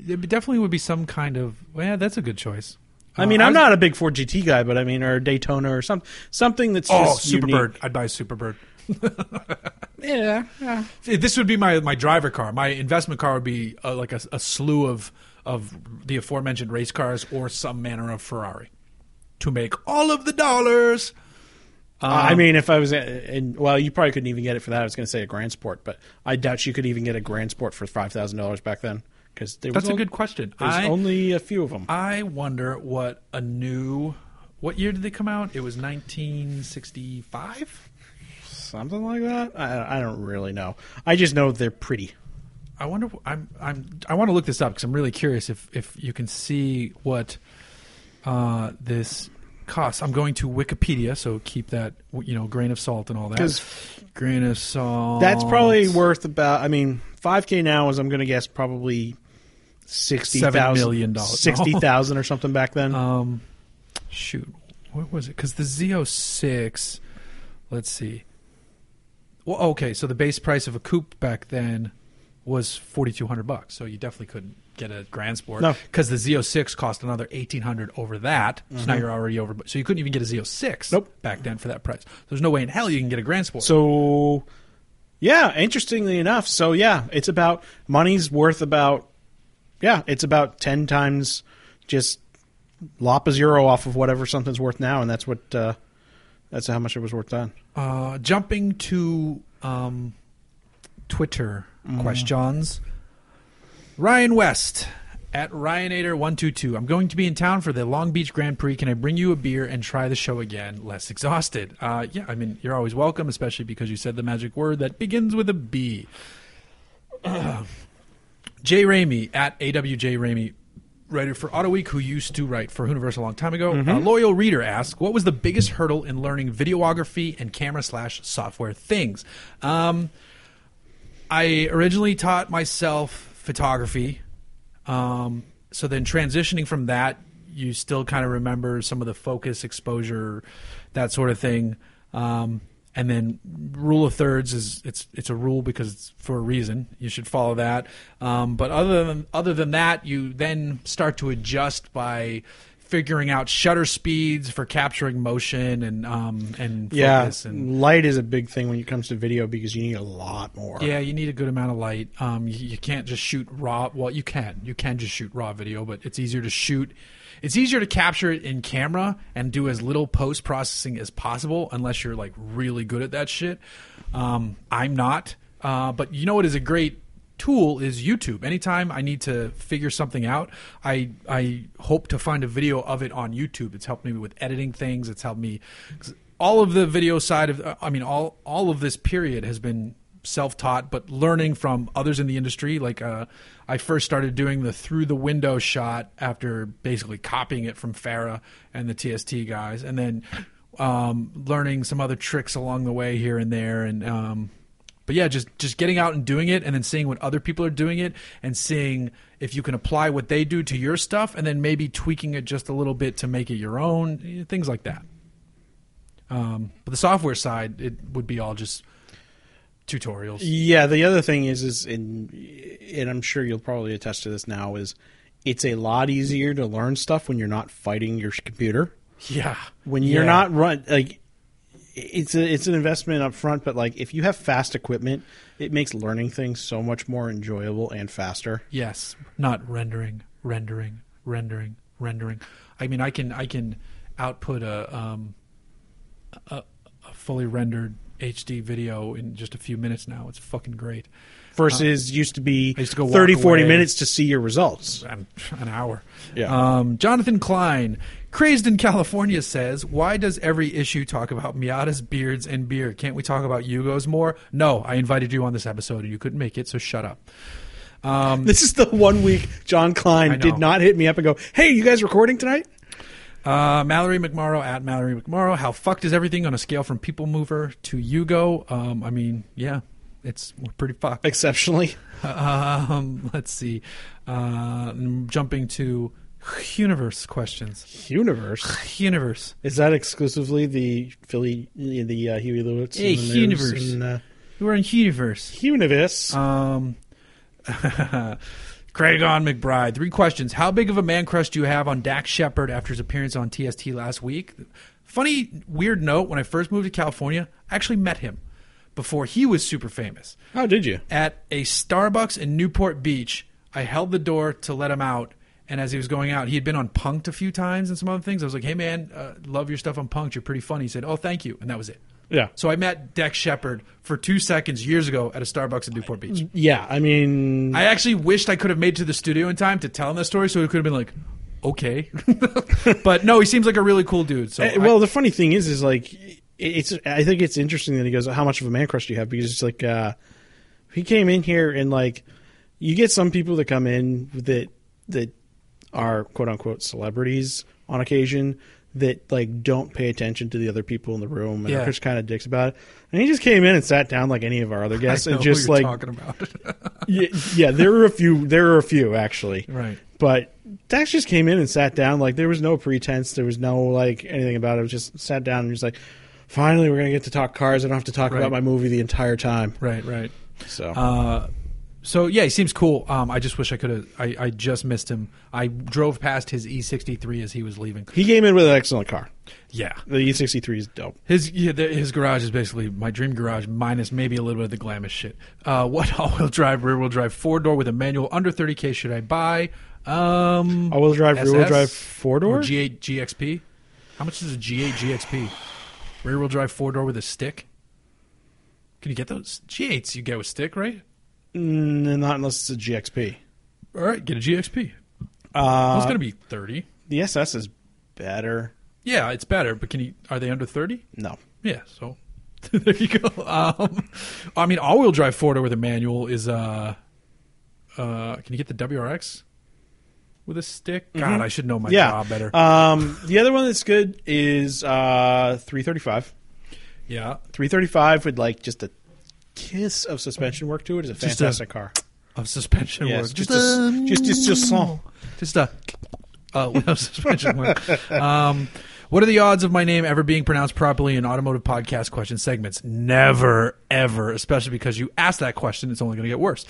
B: There definitely would be some kind of. Well, yeah, that's a good choice.
A: I mean,
B: Uh,
A: I'm
B: was-
A: not a big Ford GT guy, but I mean, or Daytona or some something that's
B: Oh,
A: just unique.
B: Superbird! I'd buy a Superbird.
C: Yeah. yeah.
B: This would be my my driver car. My investment car would be uh, like a, a slew of of the aforementioned race cars or some manner of Ferrari to make all of the dollars. Um,
A: Uh, I mean, if I was, and well, you probably couldn't even get it for that. I was going to say a Grand Sport, but I doubt you could even get a Grand Sport for five thousand dollars back then because
B: That's a good question.
A: There's
B: I-
A: only a few of them.
B: I wonder what a new. What year did they come out? It was 1965.
A: Something like that. I, I don't really know. I just know they're pretty.
B: I wonder. I'm. I'm. I want to look this up because I'm really curious if if you can see what uh, this costs. I'm going to Wikipedia, so keep that you know grain of salt and all
A: 'Cause
B: that. Grain of salt.
A: That's probably worth about. I mean, five k now is I'm going to guess probably sixty
B: Seven
A: thousand
B: million dollars.
A: sixty thousand or something back then.
B: Um, shoot, what was it? Because the Z06. Let's see. Well, okay, so the base price of a coupe back then was forty two hundred bucks. So you definitely couldn't get a Grand Sport.
A: No.
B: because the Z06 cost another eighteen hundred over that. So now you're already over. So you couldn't even get a Z06.
A: Mm-hmm. Nope.
B: Back then for that price, there's no way in hell you can get a Grand Sport.
A: So, yeah, interestingly enough, so yeah, it's about money's worth about, yeah, it's about 10 times just lop a zero off of whatever something's worth now, and that's what, uh, that's how much it was worth then.
B: Uh, jumping to um, Twitter questions. Ryan West at Ryanator122. I'm going to be in town for the Long Beach Grand Prix. Can I bring you a beer and try the show again? Less exhausted. Uh, yeah, I mean, you're always welcome, especially because you said the magic word that begins with a B. Jay Ramey at AWJ Ramey, writer for Auto Week, who used to write for Hooniverse a long time ago. A loyal reader asks, "What was the biggest hurdle in learning videography and camera slash software things?" Um, I originally taught myself photography, um, so then transitioning from that, you still kind of remember some of the focus, exposure, that sort of thing. Um, and then rule of thirds is it's it's a rule because it's for a reason. You should follow that. Um, but other than other than that, you then start to adjust by figuring out shutter speeds for capturing motion and um, and focus and
A: light is a big thing when it comes to video because you need a lot more.
B: yeah, you need a good amount of light. Um, you, you can't just shoot raw. Well, you can. You can just shoot raw video, but it's easier to shoot. It's easier to capture it in camera and do as little post processing as possible, unless you're like really good at that shit. Um, I'm not. Uh, but you know what is a great tool is YouTube. Anytime I need to figure something out, I I hope to find a video of it on YouTube. It's helped me with editing things. It's helped me 'cause all of the video side of uh, I mean all all of this period has been self-taught but learning from others in the industry like uh, i first started doing the through the window shot after basically copying it from farah and the tst guys and then um, learning some other tricks along the way here and there and um, but yeah just just getting out and doing it and then seeing what other people are doing it and seeing if you can apply what they do to your stuff and then maybe tweaking it just a little bit to make it your own eh, things like that um, but the software side it would be all just tutorials
A: Yeah, the other thing is is and and I'm sure you'll probably attest to this now is it's a lot easier to learn stuff when you're not fighting your computer.
B: yeah
A: when you're
B: Yeah.
A: not run like it's a, it's an investment up front but like if you have fast equipment it makes learning things so much more enjoyable and faster
B: yes not rendering rendering rendering rendering i mean i can i can output a um a, a fully rendered hd video in just a few minutes now it's fucking great
A: versus used to be
B: Uh, I used to go walk
A: 30 40
B: away.
A: minutes to see your results
B: an, [LAUGHS] an hour.
A: Yeah.
B: Um, Jonathan Klein, crazed in California, says, "Why does every issue talk about Miatas, beards, and beer? Can't we talk about Yugos more?" No, I invited you on this episode and you couldn't make it, so shut up.
A: this is the one week john
B: Um, I
A: klein
B: know.
A: did not hit me up and go hey you guys recording tonight
B: Uh, Mallory McMorrow at Mallory McMorrow. How fucked is everything on a scale from People Mover to Yugo? Um, I mean, yeah, it's we're pretty fucked. [LAUGHS]
A: exceptionally
B: Um, let's see. Uh, jumping to universe questions.
A: universe
B: Universe.
A: is that exclusively the philly the uh, huey lewis
B: Hey,
A: and the
B: Universe. Uh,
A: News and, uh,
B: We're in universe.
A: universe
B: Um, [LAUGHS] Craig on McBride. Three questions. How big of a man crush do you have on Dak Shepard after his appearance on TST last week? Funny, weird note when I first moved to California, I actually met him before he was super famous.
A: How did you?
B: At a Starbucks in Newport Beach, I held the door to let him out. And as he was going out, he had been on Punked a few times and some other things. I was like, hey, man, uh, love your stuff on Punked. You're pretty funny. He said, oh, thank you. And that was it.
A: Yeah.
B: So I met Deck Shepard for two seconds years ago at a Starbucks in Newport Beach.
A: Yeah, I mean,
B: I actually wished I could have made it to the studio in time to tell him that story, so it could have been like,
A: [LAUGHS]
B: okay. but no, he seems like a really cool dude. So
A: Eh, well, the funny thing is, is like it- it's. I think it's interesting that he goes, "How much of a man crush do you have?" Because it's like uh, he came in here and like you get some people that come in that that are quote unquote celebrities on occasion that like don't pay attention to the other people in the room and
B: Yeah.
A: are just kind of dicks about it. And he just came in and sat down like any of our other
B: [LAUGHS] I,
A: guests
B: know
A: and
B: who
A: just
B: you're
A: like
B: talking about. [LAUGHS]
A: yeah, yeah, there were a few. There were a few actually.
B: Right.
A: But Dax just came in and sat down. Like there was no pretense. There was no like anything about it. it was just sat down and just like, finally, we're gonna get to talk cars. I don't have to talk
B: Right.
A: about my movie the entire time.
B: right, right.
A: So
B: Uh, so yeah, he seems cool. Um, I just wish I could have. I, I just missed him. I drove past his E63 as he was leaving.
A: he came in with an excellent car.
B: Yeah,
A: The E63 is dope.
B: His yeah, the, his garage is basically my dream garage minus maybe a little bit of the glamorous shit. Uh, [LAUGHS] what all-wheel drive, rear-wheel drive, four-door with a manual under 30k should I buy? Um,
A: All-wheel drive, rear-wheel
B: SS?
A: drive, four-door?
B: Or G8 GXP. How much is a G8 GXP? Rear-wheel drive, four-door with a stick. Can you get those G8s? You get with stick, right?
A: Mm, not unless it's a GXP.
B: All right, get a GXP.
A: Uh,
B: That's gonna be 30.
A: the SS is better.
B: Yeah, it's better, but can you? Are they under 30?
A: No.
B: Yeah, so [LAUGHS] there you go. Um, I mean, all-wheel drive four-door with a manual is. Uh, uh, can you get the WRX with a stick? God, I should know my
A: Mm-hmm. yeah.
B: job better.
A: Um, the other one that's good is uh, 335.
B: yeah,
A: 335 with like just a kiss of suspension work to it is a
B: Just a-
A: fantastic car.
B: of suspension
A: Yes,
B: work.
A: just a- just- just- just some.
B: Just a. Uh, [LAUGHS] without suspension work. Um, what are the odds of my name ever being pronounced properly in automotive podcast question segments? Never, ever, especially because you asked that question. It's only going to get worse.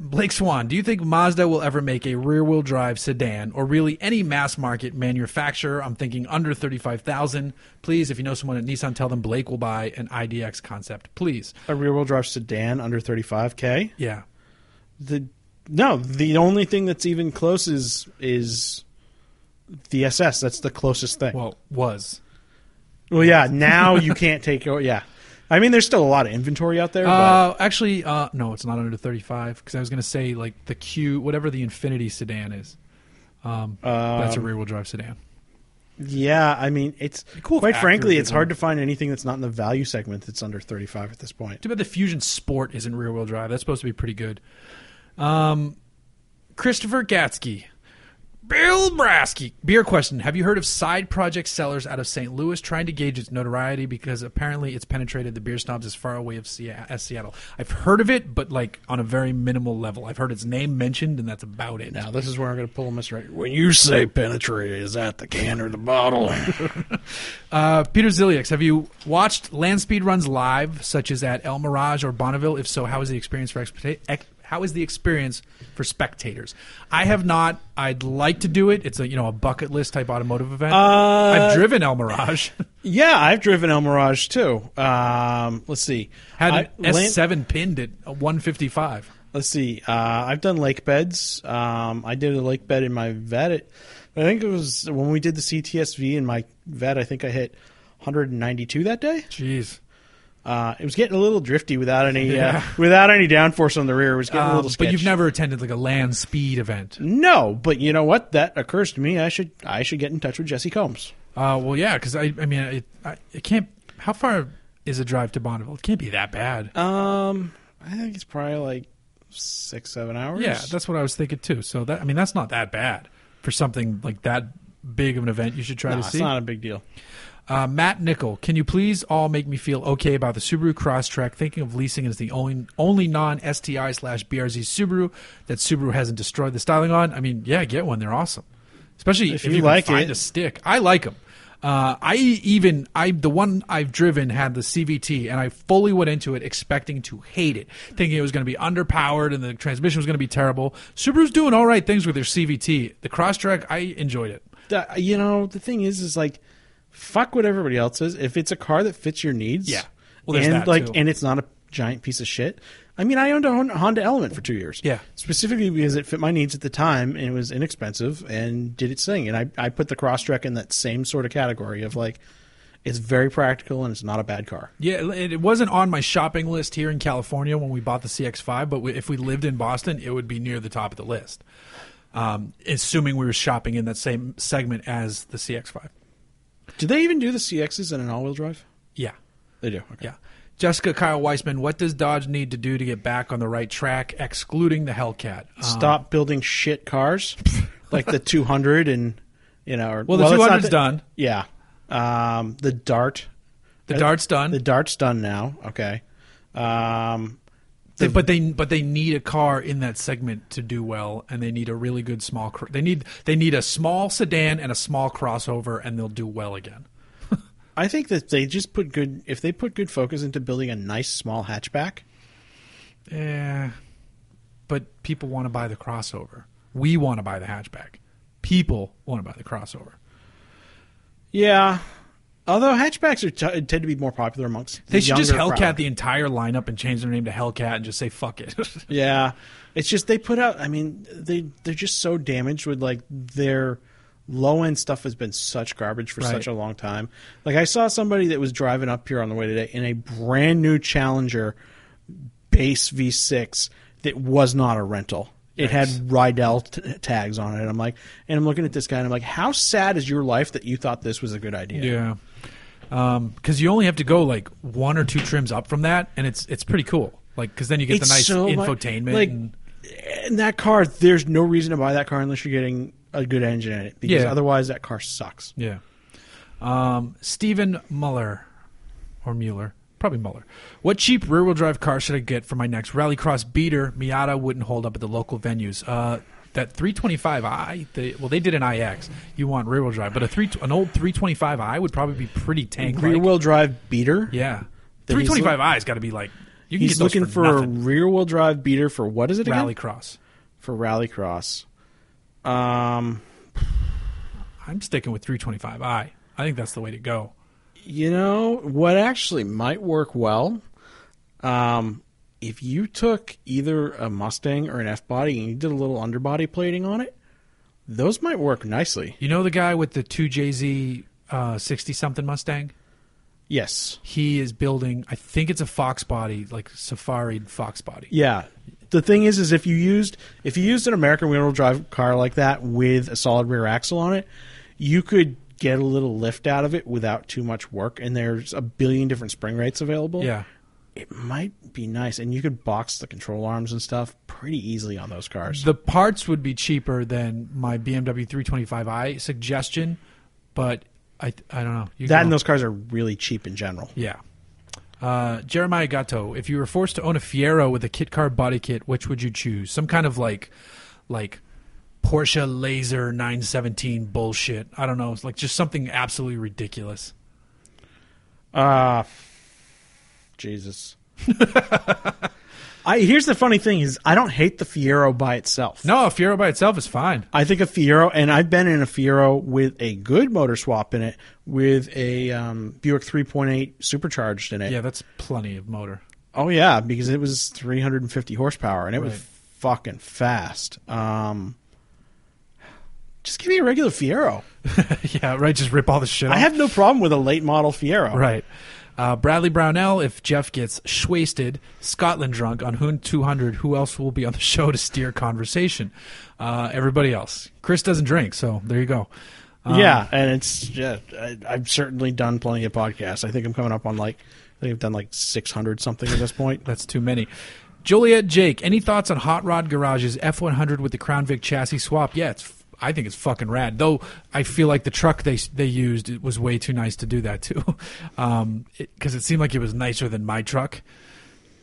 B: Blake Swan, do you think Mazda will ever make a rear wheel drive sedan or really any mass market manufacturer? I'm thinking under 35,000. Please, if you know someone at Nissan, tell them Blake will buy an IDX concept. Please.
A: A rear wheel drive sedan under 35k.
B: Yeah.
A: The no, the only thing that's even close is is the SS. That's the closest thing. Well,
B: Well, was.
A: [LAUGHS] yeah, now you can't take oh yeah. I mean, there's still a lot of inventory out there.
B: Uh, actually, uh, no, it's not under 35 because I was going to say like the Q, whatever the Infinity sedan is. Um, that's a rear-wheel drive sedan.
A: but yeah, I mean, it's
B: cool if
A: quite
B: Acura
A: frankly,
B: did
A: it's hard to find anything that's not in the value segment that's under 35 at this point.
B: Too bad the Fusion Sport isn't rear-wheel drive. That's supposed to be pretty good. Um, Christopher Gatsky, Bill Brasky. Beer question: Have you heard of side project sellers out of St. Louis trying to gauge its notoriety because apparently it's penetrated the beer snobs as far away of Se- as Seattle? I've heard of it, but like on a very minimal level. I've heard its name mentioned, and that's about it.
A: Now, this is where I'm going to pull a misread.
C: When you say penetrated, is that the can or the bottle?
B: Uh, Peter Ziliaks, have you watched land speed runs live, such as at El Mirage or Bonneville? If so, how is the experience for expecta- ex- how is the experience for spectators? I have not. I'd like to do it. It's a you know a bucket list type automotive event.
A: Uh,
B: I've driven
A: [LAUGHS]
B: El Mirage.
A: Yeah, I've driven El Mirage too. Um, let's see.
B: Had
A: I- Lan-
B: an S7 pinned at 155.
A: let's see. Uh, I've done lake beds. Um, I did a lake bed in my vet. At, I think it was when we did the CTSV in my vet. I think I hit 192 that day.
B: Jeez.
A: Uh, it was getting a little drifty without any
B: [LAUGHS] Yeah.
A: uh, without any downforce on the rear. It was getting a
B: Um,
A: little. Sketch.
B: but you've never attended like a land speed event.
A: No, but you know what? That occurs to me. I should I should get in touch with Jesse Combs.
B: Uh, well, yeah, because I I mean it, I, it can't. How far is a drive to Bonneville? It can't be that bad.
A: Um, I think it's probably like six seven hours.
B: Yeah, that's what I was thinking too. So that I mean, that's not that bad for something like that big of an event. You should try
A: No,
B: to
A: it's
B: see.
A: not a big deal.
B: uh, Matt Nickel, can you please all make me feel okay about the Subaru Crosstrek? Thinking of leasing as the only only non STI slash BRZ Subaru that Subaru hasn't destroyed the styling on. I mean, yeah, get one. They're awesome, especially if,
A: you
B: you, can
A: like
B: find
A: it.
B: a stick. I like them. Uh, I even I the one I've driven had the CVT, and I fully went into it expecting to hate it, thinking it was going to be underpowered and the transmission was going to be terrible. Subaru's doing all right things with their CVT. The Crosstrek, I enjoyed it.
A: The, you know, the thing is, is like, fuck what everybody else says. If it's a car that fits your needs,
B: Yeah. Well, there's
A: and
B: that,
A: like,
B: too.
A: and it's not a giant piece of shit. I mean, I owned a Hon- Honda Element for two years.
B: Yeah.
A: specifically because it fit my needs at the time and it was inexpensive and did its thing. And I, I put the Crosstrek in that same sort of category of like, it's very practical and it's not a bad car.
B: Yeah, it it wasn't on my shopping list here in California when we bought the CX5, but we, if we lived in Boston, it would be near the top of the list. Um, assuming we were shopping in that same segment as the CX5.
A: Do they even do the CXs in an all-wheel drive?
B: Yeah,
A: They do. Okay.
B: yeah. Jessica Kyle Weisman, what does Dodge need to do to get back on the right track, excluding the Hellcat? Um,
A: Stop building shit cars like
B: [LAUGHS]
A: the 200 and you know. Or,
B: Well, the
A: that's not
B: 200's
A: the-
B: done.
A: Yeah. Um, the Dart.
B: The Dart's done,
A: The Dart's done now. Okay. Um,
B: They- but they but they need a car in that segment to do well, and they need a really good small. cr- They need they need a small sedan and a small crossover, and they'll do well again.
A: I think that they just put good if they put good focus into building a nice small hatchback.
B: Yeah. Eh, But people want to buy the crossover. We want to buy the hatchback. People want to buy the crossover.
A: Yeah. Although hatchbacks are t- tend to be more popular amongst the
B: They should just
A: younger
B: Hellcat
A: crowd.
B: the entire lineup and change their name to Hellcat and just say fuck it. [LAUGHS]
A: Yeah, it's just they put out. I mean, they they're just so damaged with like their low end stuff has been such garbage for
B: Right.
A: such a long time. Like I saw somebody that was driving up here on the way today in a brand new Challenger base V6 that was not a rental. It had Rydell t- tags on it. I'm like, and I'm looking at this guy, and I'm like, how sad is your life that you thought this was a good idea?
B: yeah. Um, cuz you only have to go like one or two trims up from that and it's it's pretty cool. Like cuz then you get the nice
A: so mu-
B: infotainment
A: like,
B: and
A: and that car, there's no reason to buy that car unless you're getting a good engine in it because
B: Yeah.
A: otherwise that car sucks.
B: Yeah. Um, Steven Muller or Mueller. Probably Muller. What cheap rear wheel drive car should I get for my next Rallycross beater? Miata wouldn't hold up at the local venues. Uh, that 325i, they, well, they did an iX. You want rear wheel drive, but a three, an old 325i would probably be pretty tank.
A: Rear wheel drive beater.
B: yeah.
A: Then he's look-
B: 325i's got to be like you can
A: He's
B: get those
A: looking
B: for,
A: for, a
B: nothing.
A: rear wheel drive beater for what is it again?
B: Rallycross.
A: For rallycross. Um,
B: I'm sticking with 325i. I think that's the way to go.
A: you know what actually might work well. Um, if you took either a Mustang or an F body and you did a little underbody plating on it, those might work nicely.
B: You know the guy with the 2JZ uh, 60 something Mustang?
A: Yes.
B: he is building i think it's a fox body like safari fox body
A: Yeah. The thing is, is if you used if you used an American wheel drive car like that with a solid rear axle on it, you could get a little lift out of it without too much work. And there's a billion different spring rates available.
B: yeah
A: it might be nice, and you could box the control arms and stuff pretty easily on those cars.
B: the parts would be cheaper than my bmw 325i suggestion but i i don't know you
A: that
B: go.
A: and those cars are really cheap in general.
B: yeah uh, Jeremiah Gatto, if you were forced to own a Fiero with a kit car body kit, which would you choose? Some kind of like, like Porsche Laser 917 bullshit. I don't know. It's like just something absolutely ridiculous.
A: Ah, Jesus. [LAUGHS] I here's the funny thing is I don't hate the Fiero by itself.
B: No, a Fiero by itself is fine.
A: I think a Fiero, and I've been in a Fiero with a good motor swap in it, with a um, Buick 3.8 supercharged in it.
B: Yeah, that's plenty of motor.
A: Oh yeah, because it was 350 horsepower and it was
B: Right.
A: fucking fast. Um, just give me a regular Fiero.
B: [LAUGHS] yeah, right. Just rip all the shit.
A: I
B: off.
A: have no problem with a late model Fiero.
B: Right. Uh, Bradley Brownell, if Jeff gets wasted, Scotland drunk on Hoon 200, who else will be on the [LAUGHS] show to steer conversation? Uh, everybody else. Chris doesn't drink, so there you go. Um,
A: yeah, and it's yeah, I, I've certainly done plenty of podcasts. I think I'm coming up on like I think I've done like 600 something at this
B: [LAUGHS]
A: point.
B: That's too many. Juliet Jake, any thoughts on Hot Rod Garage's F100 with the Crown Vic chassis swap? Yeah, it's. f- I think it's fucking rad. Though I feel like the truck they they used it was way too nice to do that too, [LAUGHS] because it, seemed like it was nicer than my truck.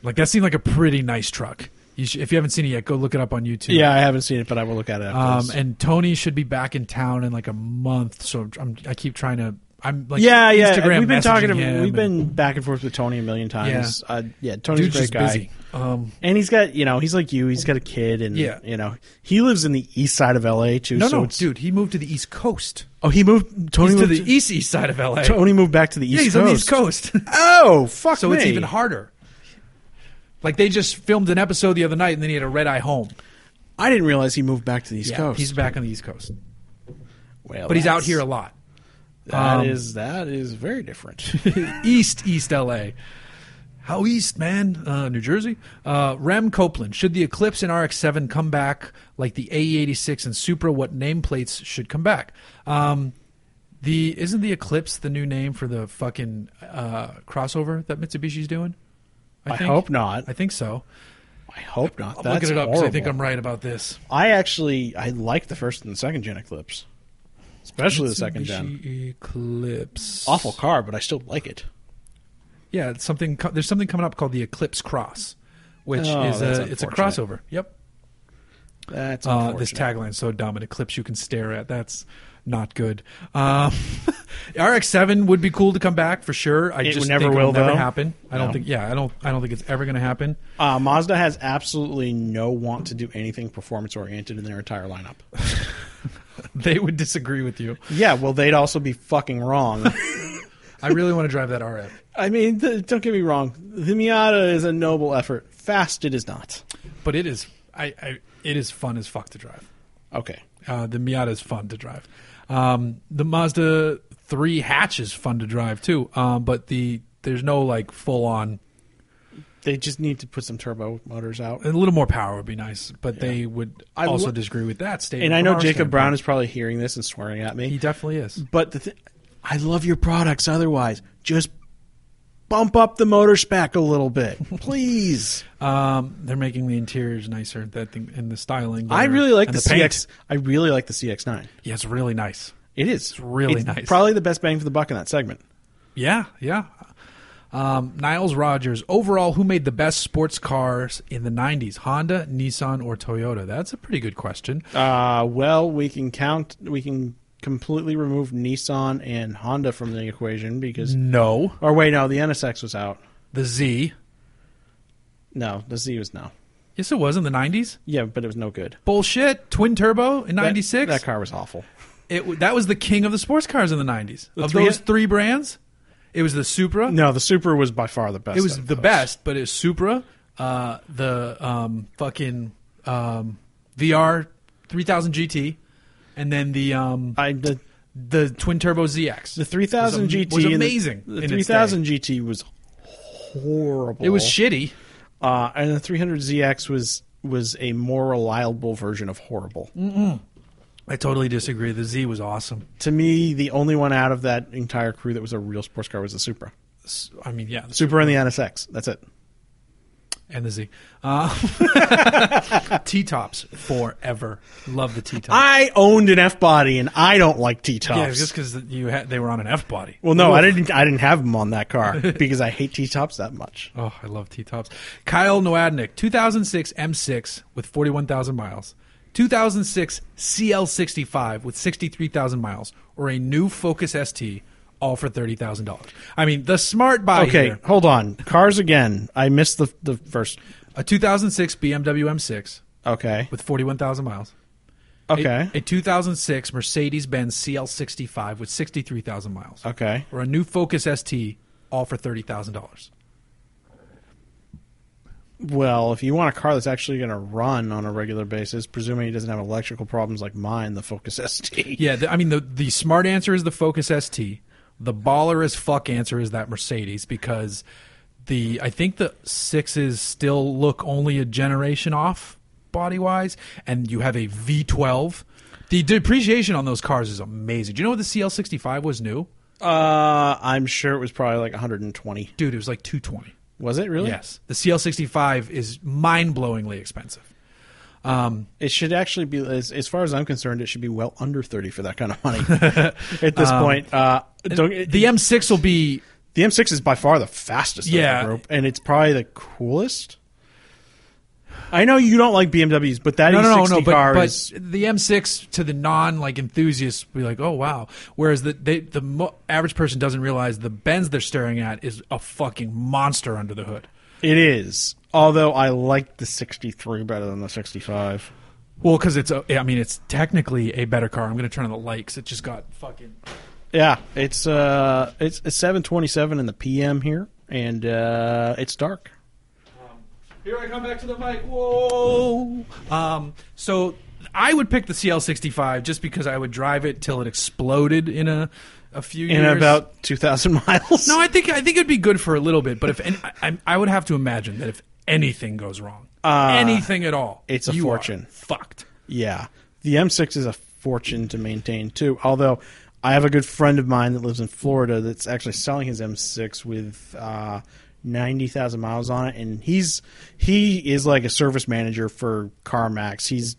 B: Like that seemed like a pretty nice truck. You should, if you haven't seen it yet, go look it up on YouTube.
A: yeah, I haven't seen it, but I will look at it. After
B: Um,
A: this.
B: and Tony should be back in town in like a month, so I'm, I keep trying to. I'm like
A: yeah, yeah.
B: Instagram
A: we've been talking.
B: messaging him
A: We've
B: and
A: been back and forth with Tony a million times. Yeah, uh, yeah Tony's
B: dude's
A: a great
B: just
A: guy.
B: busy. Um,
A: And he's got, you know, he's like you. He's got a kid, and
B: Yeah.
A: you know, he lives in the east side of LA too.
B: no,
A: so
B: no,
A: it's-
B: dude, he moved to the East Coast.
A: Oh, he moved. Tony
B: He's to
A: moved
B: the east east side of LA.
A: Tony moved back to the east
B: yeah, he's
A: coast.
B: on the East Coast.
A: [LAUGHS] Oh, fuck
B: so
A: me.
B: it's even harder. Like they just filmed an episode the other night, and then he had a red eye home.
A: I didn't realize he moved back to the east
B: yeah,
A: coast.
B: he's back on the East Coast,
A: well,
B: but he's out
A: that's-
B: here a lot.
A: That
B: Um,
A: is- that is very
B: [LAUGHS]
A: different.
B: east East LA. How east, man? Uh, New Jersey. Uh, Rem Copeland. Should the Eclipse and RX-7 come back like the AE86 and Supra? What nameplates should come back? Um, the isn't the Eclipse the new name for the fucking uh, crossover that Mitsubishi's doing?
A: I hope not.
B: I think so.
A: I hope not.
B: I'm
A: That's
B: looking it up 'cause
A: horrible.
B: I think I'm right about this.
A: I actually I like the first and second gen Eclipse, especially the second gen.
B: Mitsubishi Eclipse.
A: Awful car, but I still like it.
B: Yeah, it's something. co- There's something coming up called the Eclipse Cross, which
A: Oh,
B: is
A: that's
B: a it's a
A: unfortunate.
B: crossover. Yep.
A: That's
B: Uh, this
A: unfortunate.
B: tagline so dumb an eclipse you can stare at that's not good um, [LAUGHS] rx7 would be cool to come back for sure i
A: It
B: just
A: never
B: think it'll
A: will,
B: never
A: though.
B: happen i don't
A: No.
B: think yeah i don't i don't think it's ever going to happen [LAUGHS]
A: Uh, Mazda has absolutely no want to do anything performance oriented in their entire lineup.
B: they would disagree with you
A: yeah, well, they'd also be fucking wrong.
B: i really want to drive that rf
A: [LAUGHS] I mean, th- don't get me wrong. The Miata is a noble effort. Fast, it is not.
B: but it is i, I it is fun as fuck to drive
A: Okay.
B: uh, the miata is fun to drive um, the mazda 3 hatch is fun to drive too um, but the there's no like full on
A: They just need to put some turbo motors out.
B: a little more power would be nice but they would
A: I
B: also
A: lo-
B: disagree with that statement
A: And I
B: from
A: know
B: our
A: Jacob Brown
B: standpoint.
A: is probably hearing this and swearing at me.
B: He definitely is.
A: But the th- I love your products. Otherwise, just bump up the motor spec a little [LAUGHS] bit, please.
B: Um, they're making the interiors nicer. That thing and the styling.
A: I
B: better,
A: really like
B: and
A: the,
B: paint.
A: CX. I really like the CX9.
B: Yeah, it's really nice.
A: It is it's
B: really nice.
A: Probably the best bang for the buck in that segment.
B: Yeah, yeah. Um, Niles Rogers. Overall, who made the best sports cars in the '90s? Honda, Nissan, or Toyota? That's a pretty good question.
A: Uh, well, we can count. We can completely remove Nissan and Honda from the equation because.
B: No,
A: Or wait, no, the NSX was out.
B: the Z.
A: No, the Z was no.
B: Yes, it was in the '90s.
A: Yeah, but it was no good.
B: Bullshit. Twin turbo in
A: That-
B: '96.
A: That, car was awful.
B: It w- that was the king of the sports cars in the '90s. of
A: three-
B: those three brands, it was the Supra.
A: No, the Super was by far the best.
B: it was
A: out of
B: the
A: those.
B: best, but it's Supra, uh, the um, fucking um, VR 3000 GT, and then the um,
A: I the
B: the twin turbo ZX.
A: the 3000
B: Was am-
A: GT
B: was
A: and the-
B: amazing.
A: The,
B: in its
A: 3000
B: day.
A: GT was horrible.
B: It was shitty.
A: uh, and the 300 ZX was was a more reliable version of horrible.
B: I totally disagree. The Z was awesome.
A: To me, the only one out of that entire crew that was a real sports car was the Supra.
B: S- I mean, yeah, the-
A: Supra and the NSX. That's it.
B: and the Z. Uh, [LAUGHS] T tops forever. Love the T tops.
A: I owned an F body, and I don't like T tops.
B: Yeah, just because you had, they were on an F body.
A: well, no, I didn't. I didn't have them on that
B: [LAUGHS]
A: car because I hate T tops that much.
B: Oh, I love T tops. Kyle Noadnik, 2006 M6 with 41,000 miles, 2006 CL65 with 63,000 miles, or a new Focus ST, all for thirty thousand dollars. I mean, the smart buy
A: Okay,
B: here.
A: hold on. Cars again. I missed the the first.
B: A 2006 BMW M6
A: Okay,
B: with 41,000 miles. A-
A: okay,
B: A, 2006 Mercedes Benz CL65 with 63,000 miles,
A: okay.
B: or a new Focus ST, all for thirty thousand dollars.
A: Well, if you want a car that's actually going to run on a regular basis, presuming it doesn't have electrical problems like mine, the Focus ST.
B: Yeah, the, I mean the the smart answer is the Focus ST. The baller as fuck answer is that Mercedes because the I think the sixes still look only a generation off body wise, and you have a V12. The depreciation on those cars is amazing. Do you know what the CL65 was new?
A: Uh, I'm sure it was probably like 120.
B: Dude, it was like 220.
A: Was it really?
B: Yes, the CL65 is mind-blowingly expensive.
A: It should actually be, as, as far as I'm concerned, it should be well under 30 for that kind of
B: [LAUGHS]
A: money at this point. Uh, don't,
B: Um, The
A: the,
B: M6 will be
A: the M6 is by far the fastest of
B: Yeah.
A: the group, and it's probably the coolest. I know you don't like BMWs, but that
B: No, no, no,
A: E60
B: no.
A: car
B: But, but
A: is
B: the M6 to the non like enthusiasts will be like, oh wow. Whereas the they, the mo- average person doesn't realize the Benz they're staring at is a fucking monster under the hood.
A: it is. Although I like the 63 better than the 65.
B: Well, because it's a, I mean, it's technically a better car. I'm going to turn on the light 'cause it just got fucking.
A: Yeah, it's uh it's, it's 7:27 in the PM here and uh it's dark.
B: Here I come back to the mic. Whoa. Um, so I would pick the CL65 just because I would drive it till it exploded in a a few
A: In
B: years.
A: about 2000 [LAUGHS] miles.
B: No, I think I think it'd be good for a little bit, but if any, I, I- I would have to imagine that if anything goes wrong,
A: Uh,
B: anything at all,
A: it's a
B: you are
A: fortune.
B: fucked.
A: Yeah. The M6 is a fortune to maintain, too. Although, I have a good friend of mine that lives in Florida that's actually selling his M6 with uh, 90,000 miles on it. And he's he is like a service manager for CarMax. He's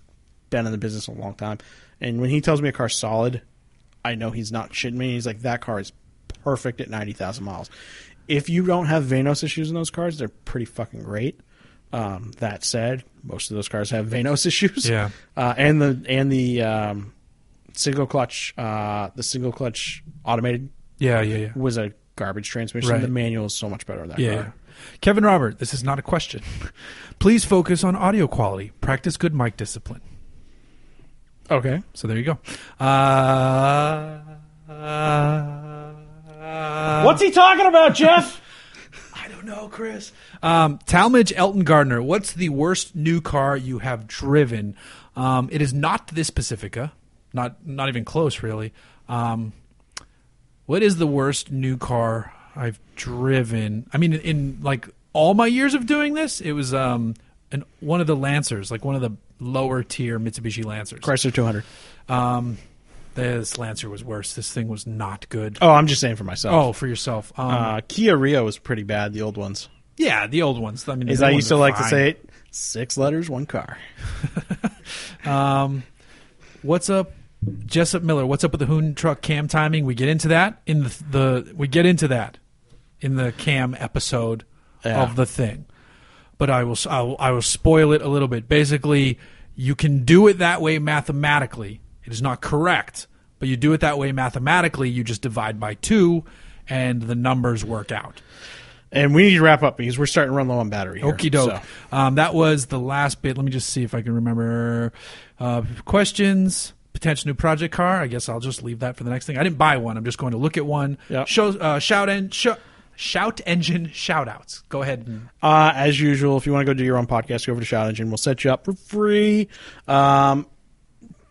A: been in the business a long time. And when he tells me a car's solid, I know he's not shitting me. He's like, that car is perfect at 90,000 miles. If you don't have Vanos issues in those cars, they're pretty fucking great. Um, that said, most of those cars have Vanos [LAUGHS] issues.
B: Yeah.
A: Uh, and the and the um, single clutch uh, the single clutch automated
B: Yeah, yeah, yeah.
A: was a garbage transmission.
B: Right.
A: The manual is so much better in that
B: Yeah.
A: car.
B: Kevin Robert, this is not a question. Please focus on audio quality. Practice good mic discipline.
A: Okay.
B: So there you go. Uh, uh,
A: What's he talking about, Jeff?
B: I don't know, Chris. Um, Talmadge Elton Gardner, what's the worst new car you have driven? Um, it is not this Pacifica, not not even close, really. Um, what is the worst new car I've driven? I mean, in, in like all my years of doing this, it was um, an, one of the Lancers, like one of the lower tier Mitsubishi Lancers.
A: [LAUGHS] Chrysler 200.
B: Um, this Lancer was worse. This thing was not good.
A: Oh, I'm just saying for myself.
B: Oh, for yourself. Um,
A: Uh, Kia Rio was pretty bad. The old ones.
B: yeah, the old ones. I mean, the
A: As
B: new
A: I
B: ones
A: used to
B: are
A: like to
B: fine.
A: say it, six letters, one car.
B: Um, what's up, Jessup Miller? What's up with the Hoon truck cam timing? We get into that in the, the we get into that in the cam episode
A: Yeah.
B: of the thing. But I will, s- I will I will spoil it a little bit. Basically, you can do it that way mathematically. It is not correct, but you do it that way mathematically. You just divide by two, and the numbers work out.
A: And we need to wrap up because we're starting to run low on battery. Here,
B: Okie doke.
A: so.
B: Um, that was the last bit. Let me just see if I can remember uh, questions. Potential new project car. I guess I'll just leave that for the next thing. I didn't buy one. I'm just going to look at one.
A: Yep.
B: Show, uh, shout and sh- shout engine shout outs. Go ahead. and-
A: Uh, as usual, if you want to go do your own podcast, go over to Shout Engine. We'll set you up for free. Um,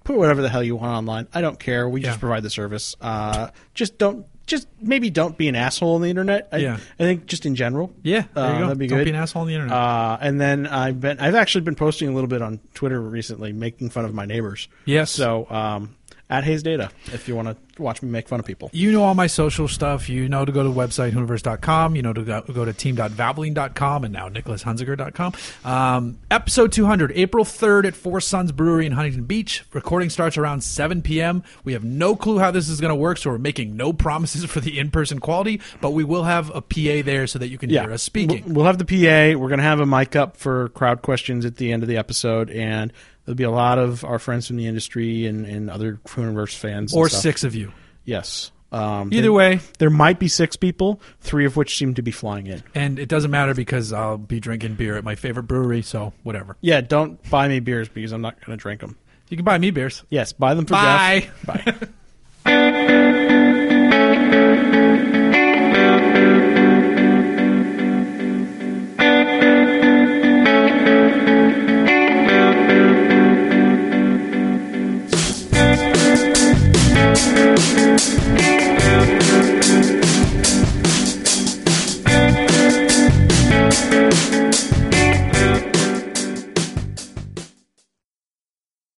A: put whatever the hell you want online. I don't care. We
B: Yeah.
A: just provide the service. Uh, just don't. Just maybe don't be an asshole on the internet. I,
B: Yeah.
A: I think just in general.
B: Yeah, there you
A: Uh,
B: go.
A: That'd be
B: Don't
A: good.
B: be an asshole on the internet.
A: Uh, and then I've been. I've actually been posting a little bit on Twitter recently, making fun of my neighbors.
B: Yes.
A: So um, at Hayes Data, if you want to watch me make fun of people.
B: You know all my social stuff. You know to go to the website, hooniverse.com. You know to go, go to team.valvoline.com and now nicholashunziger.com. Um, episode 200, April 3rd at Four Suns Brewery in Huntington Beach. Recording starts around 7 p.m. We have no clue how this is going to work, so we're making no promises [LAUGHS] for the in person quality, but we will have a PA there so that you can hear us speaking.
A: We'll- We'll have the PA. We're going to have a mic up for crowd questions at the end of the episode, and there'll be a lot of our friends from the industry and, and other Crooniverse fans. and
B: or
A: stuff.
B: six of you.
A: Yes. Um,
B: Either
A: there-
B: way.
A: There might be six people, three of which seem to be flying in.
B: And it doesn't matter because I'll be drinking beer at my favorite brewery, so whatever.
A: Yeah, don't buy me beers because I'm not going to drink them.
B: You can buy me beers.
A: Yes, buy them for
B: Bye. [LAUGHS]
A: Jeff. Bye.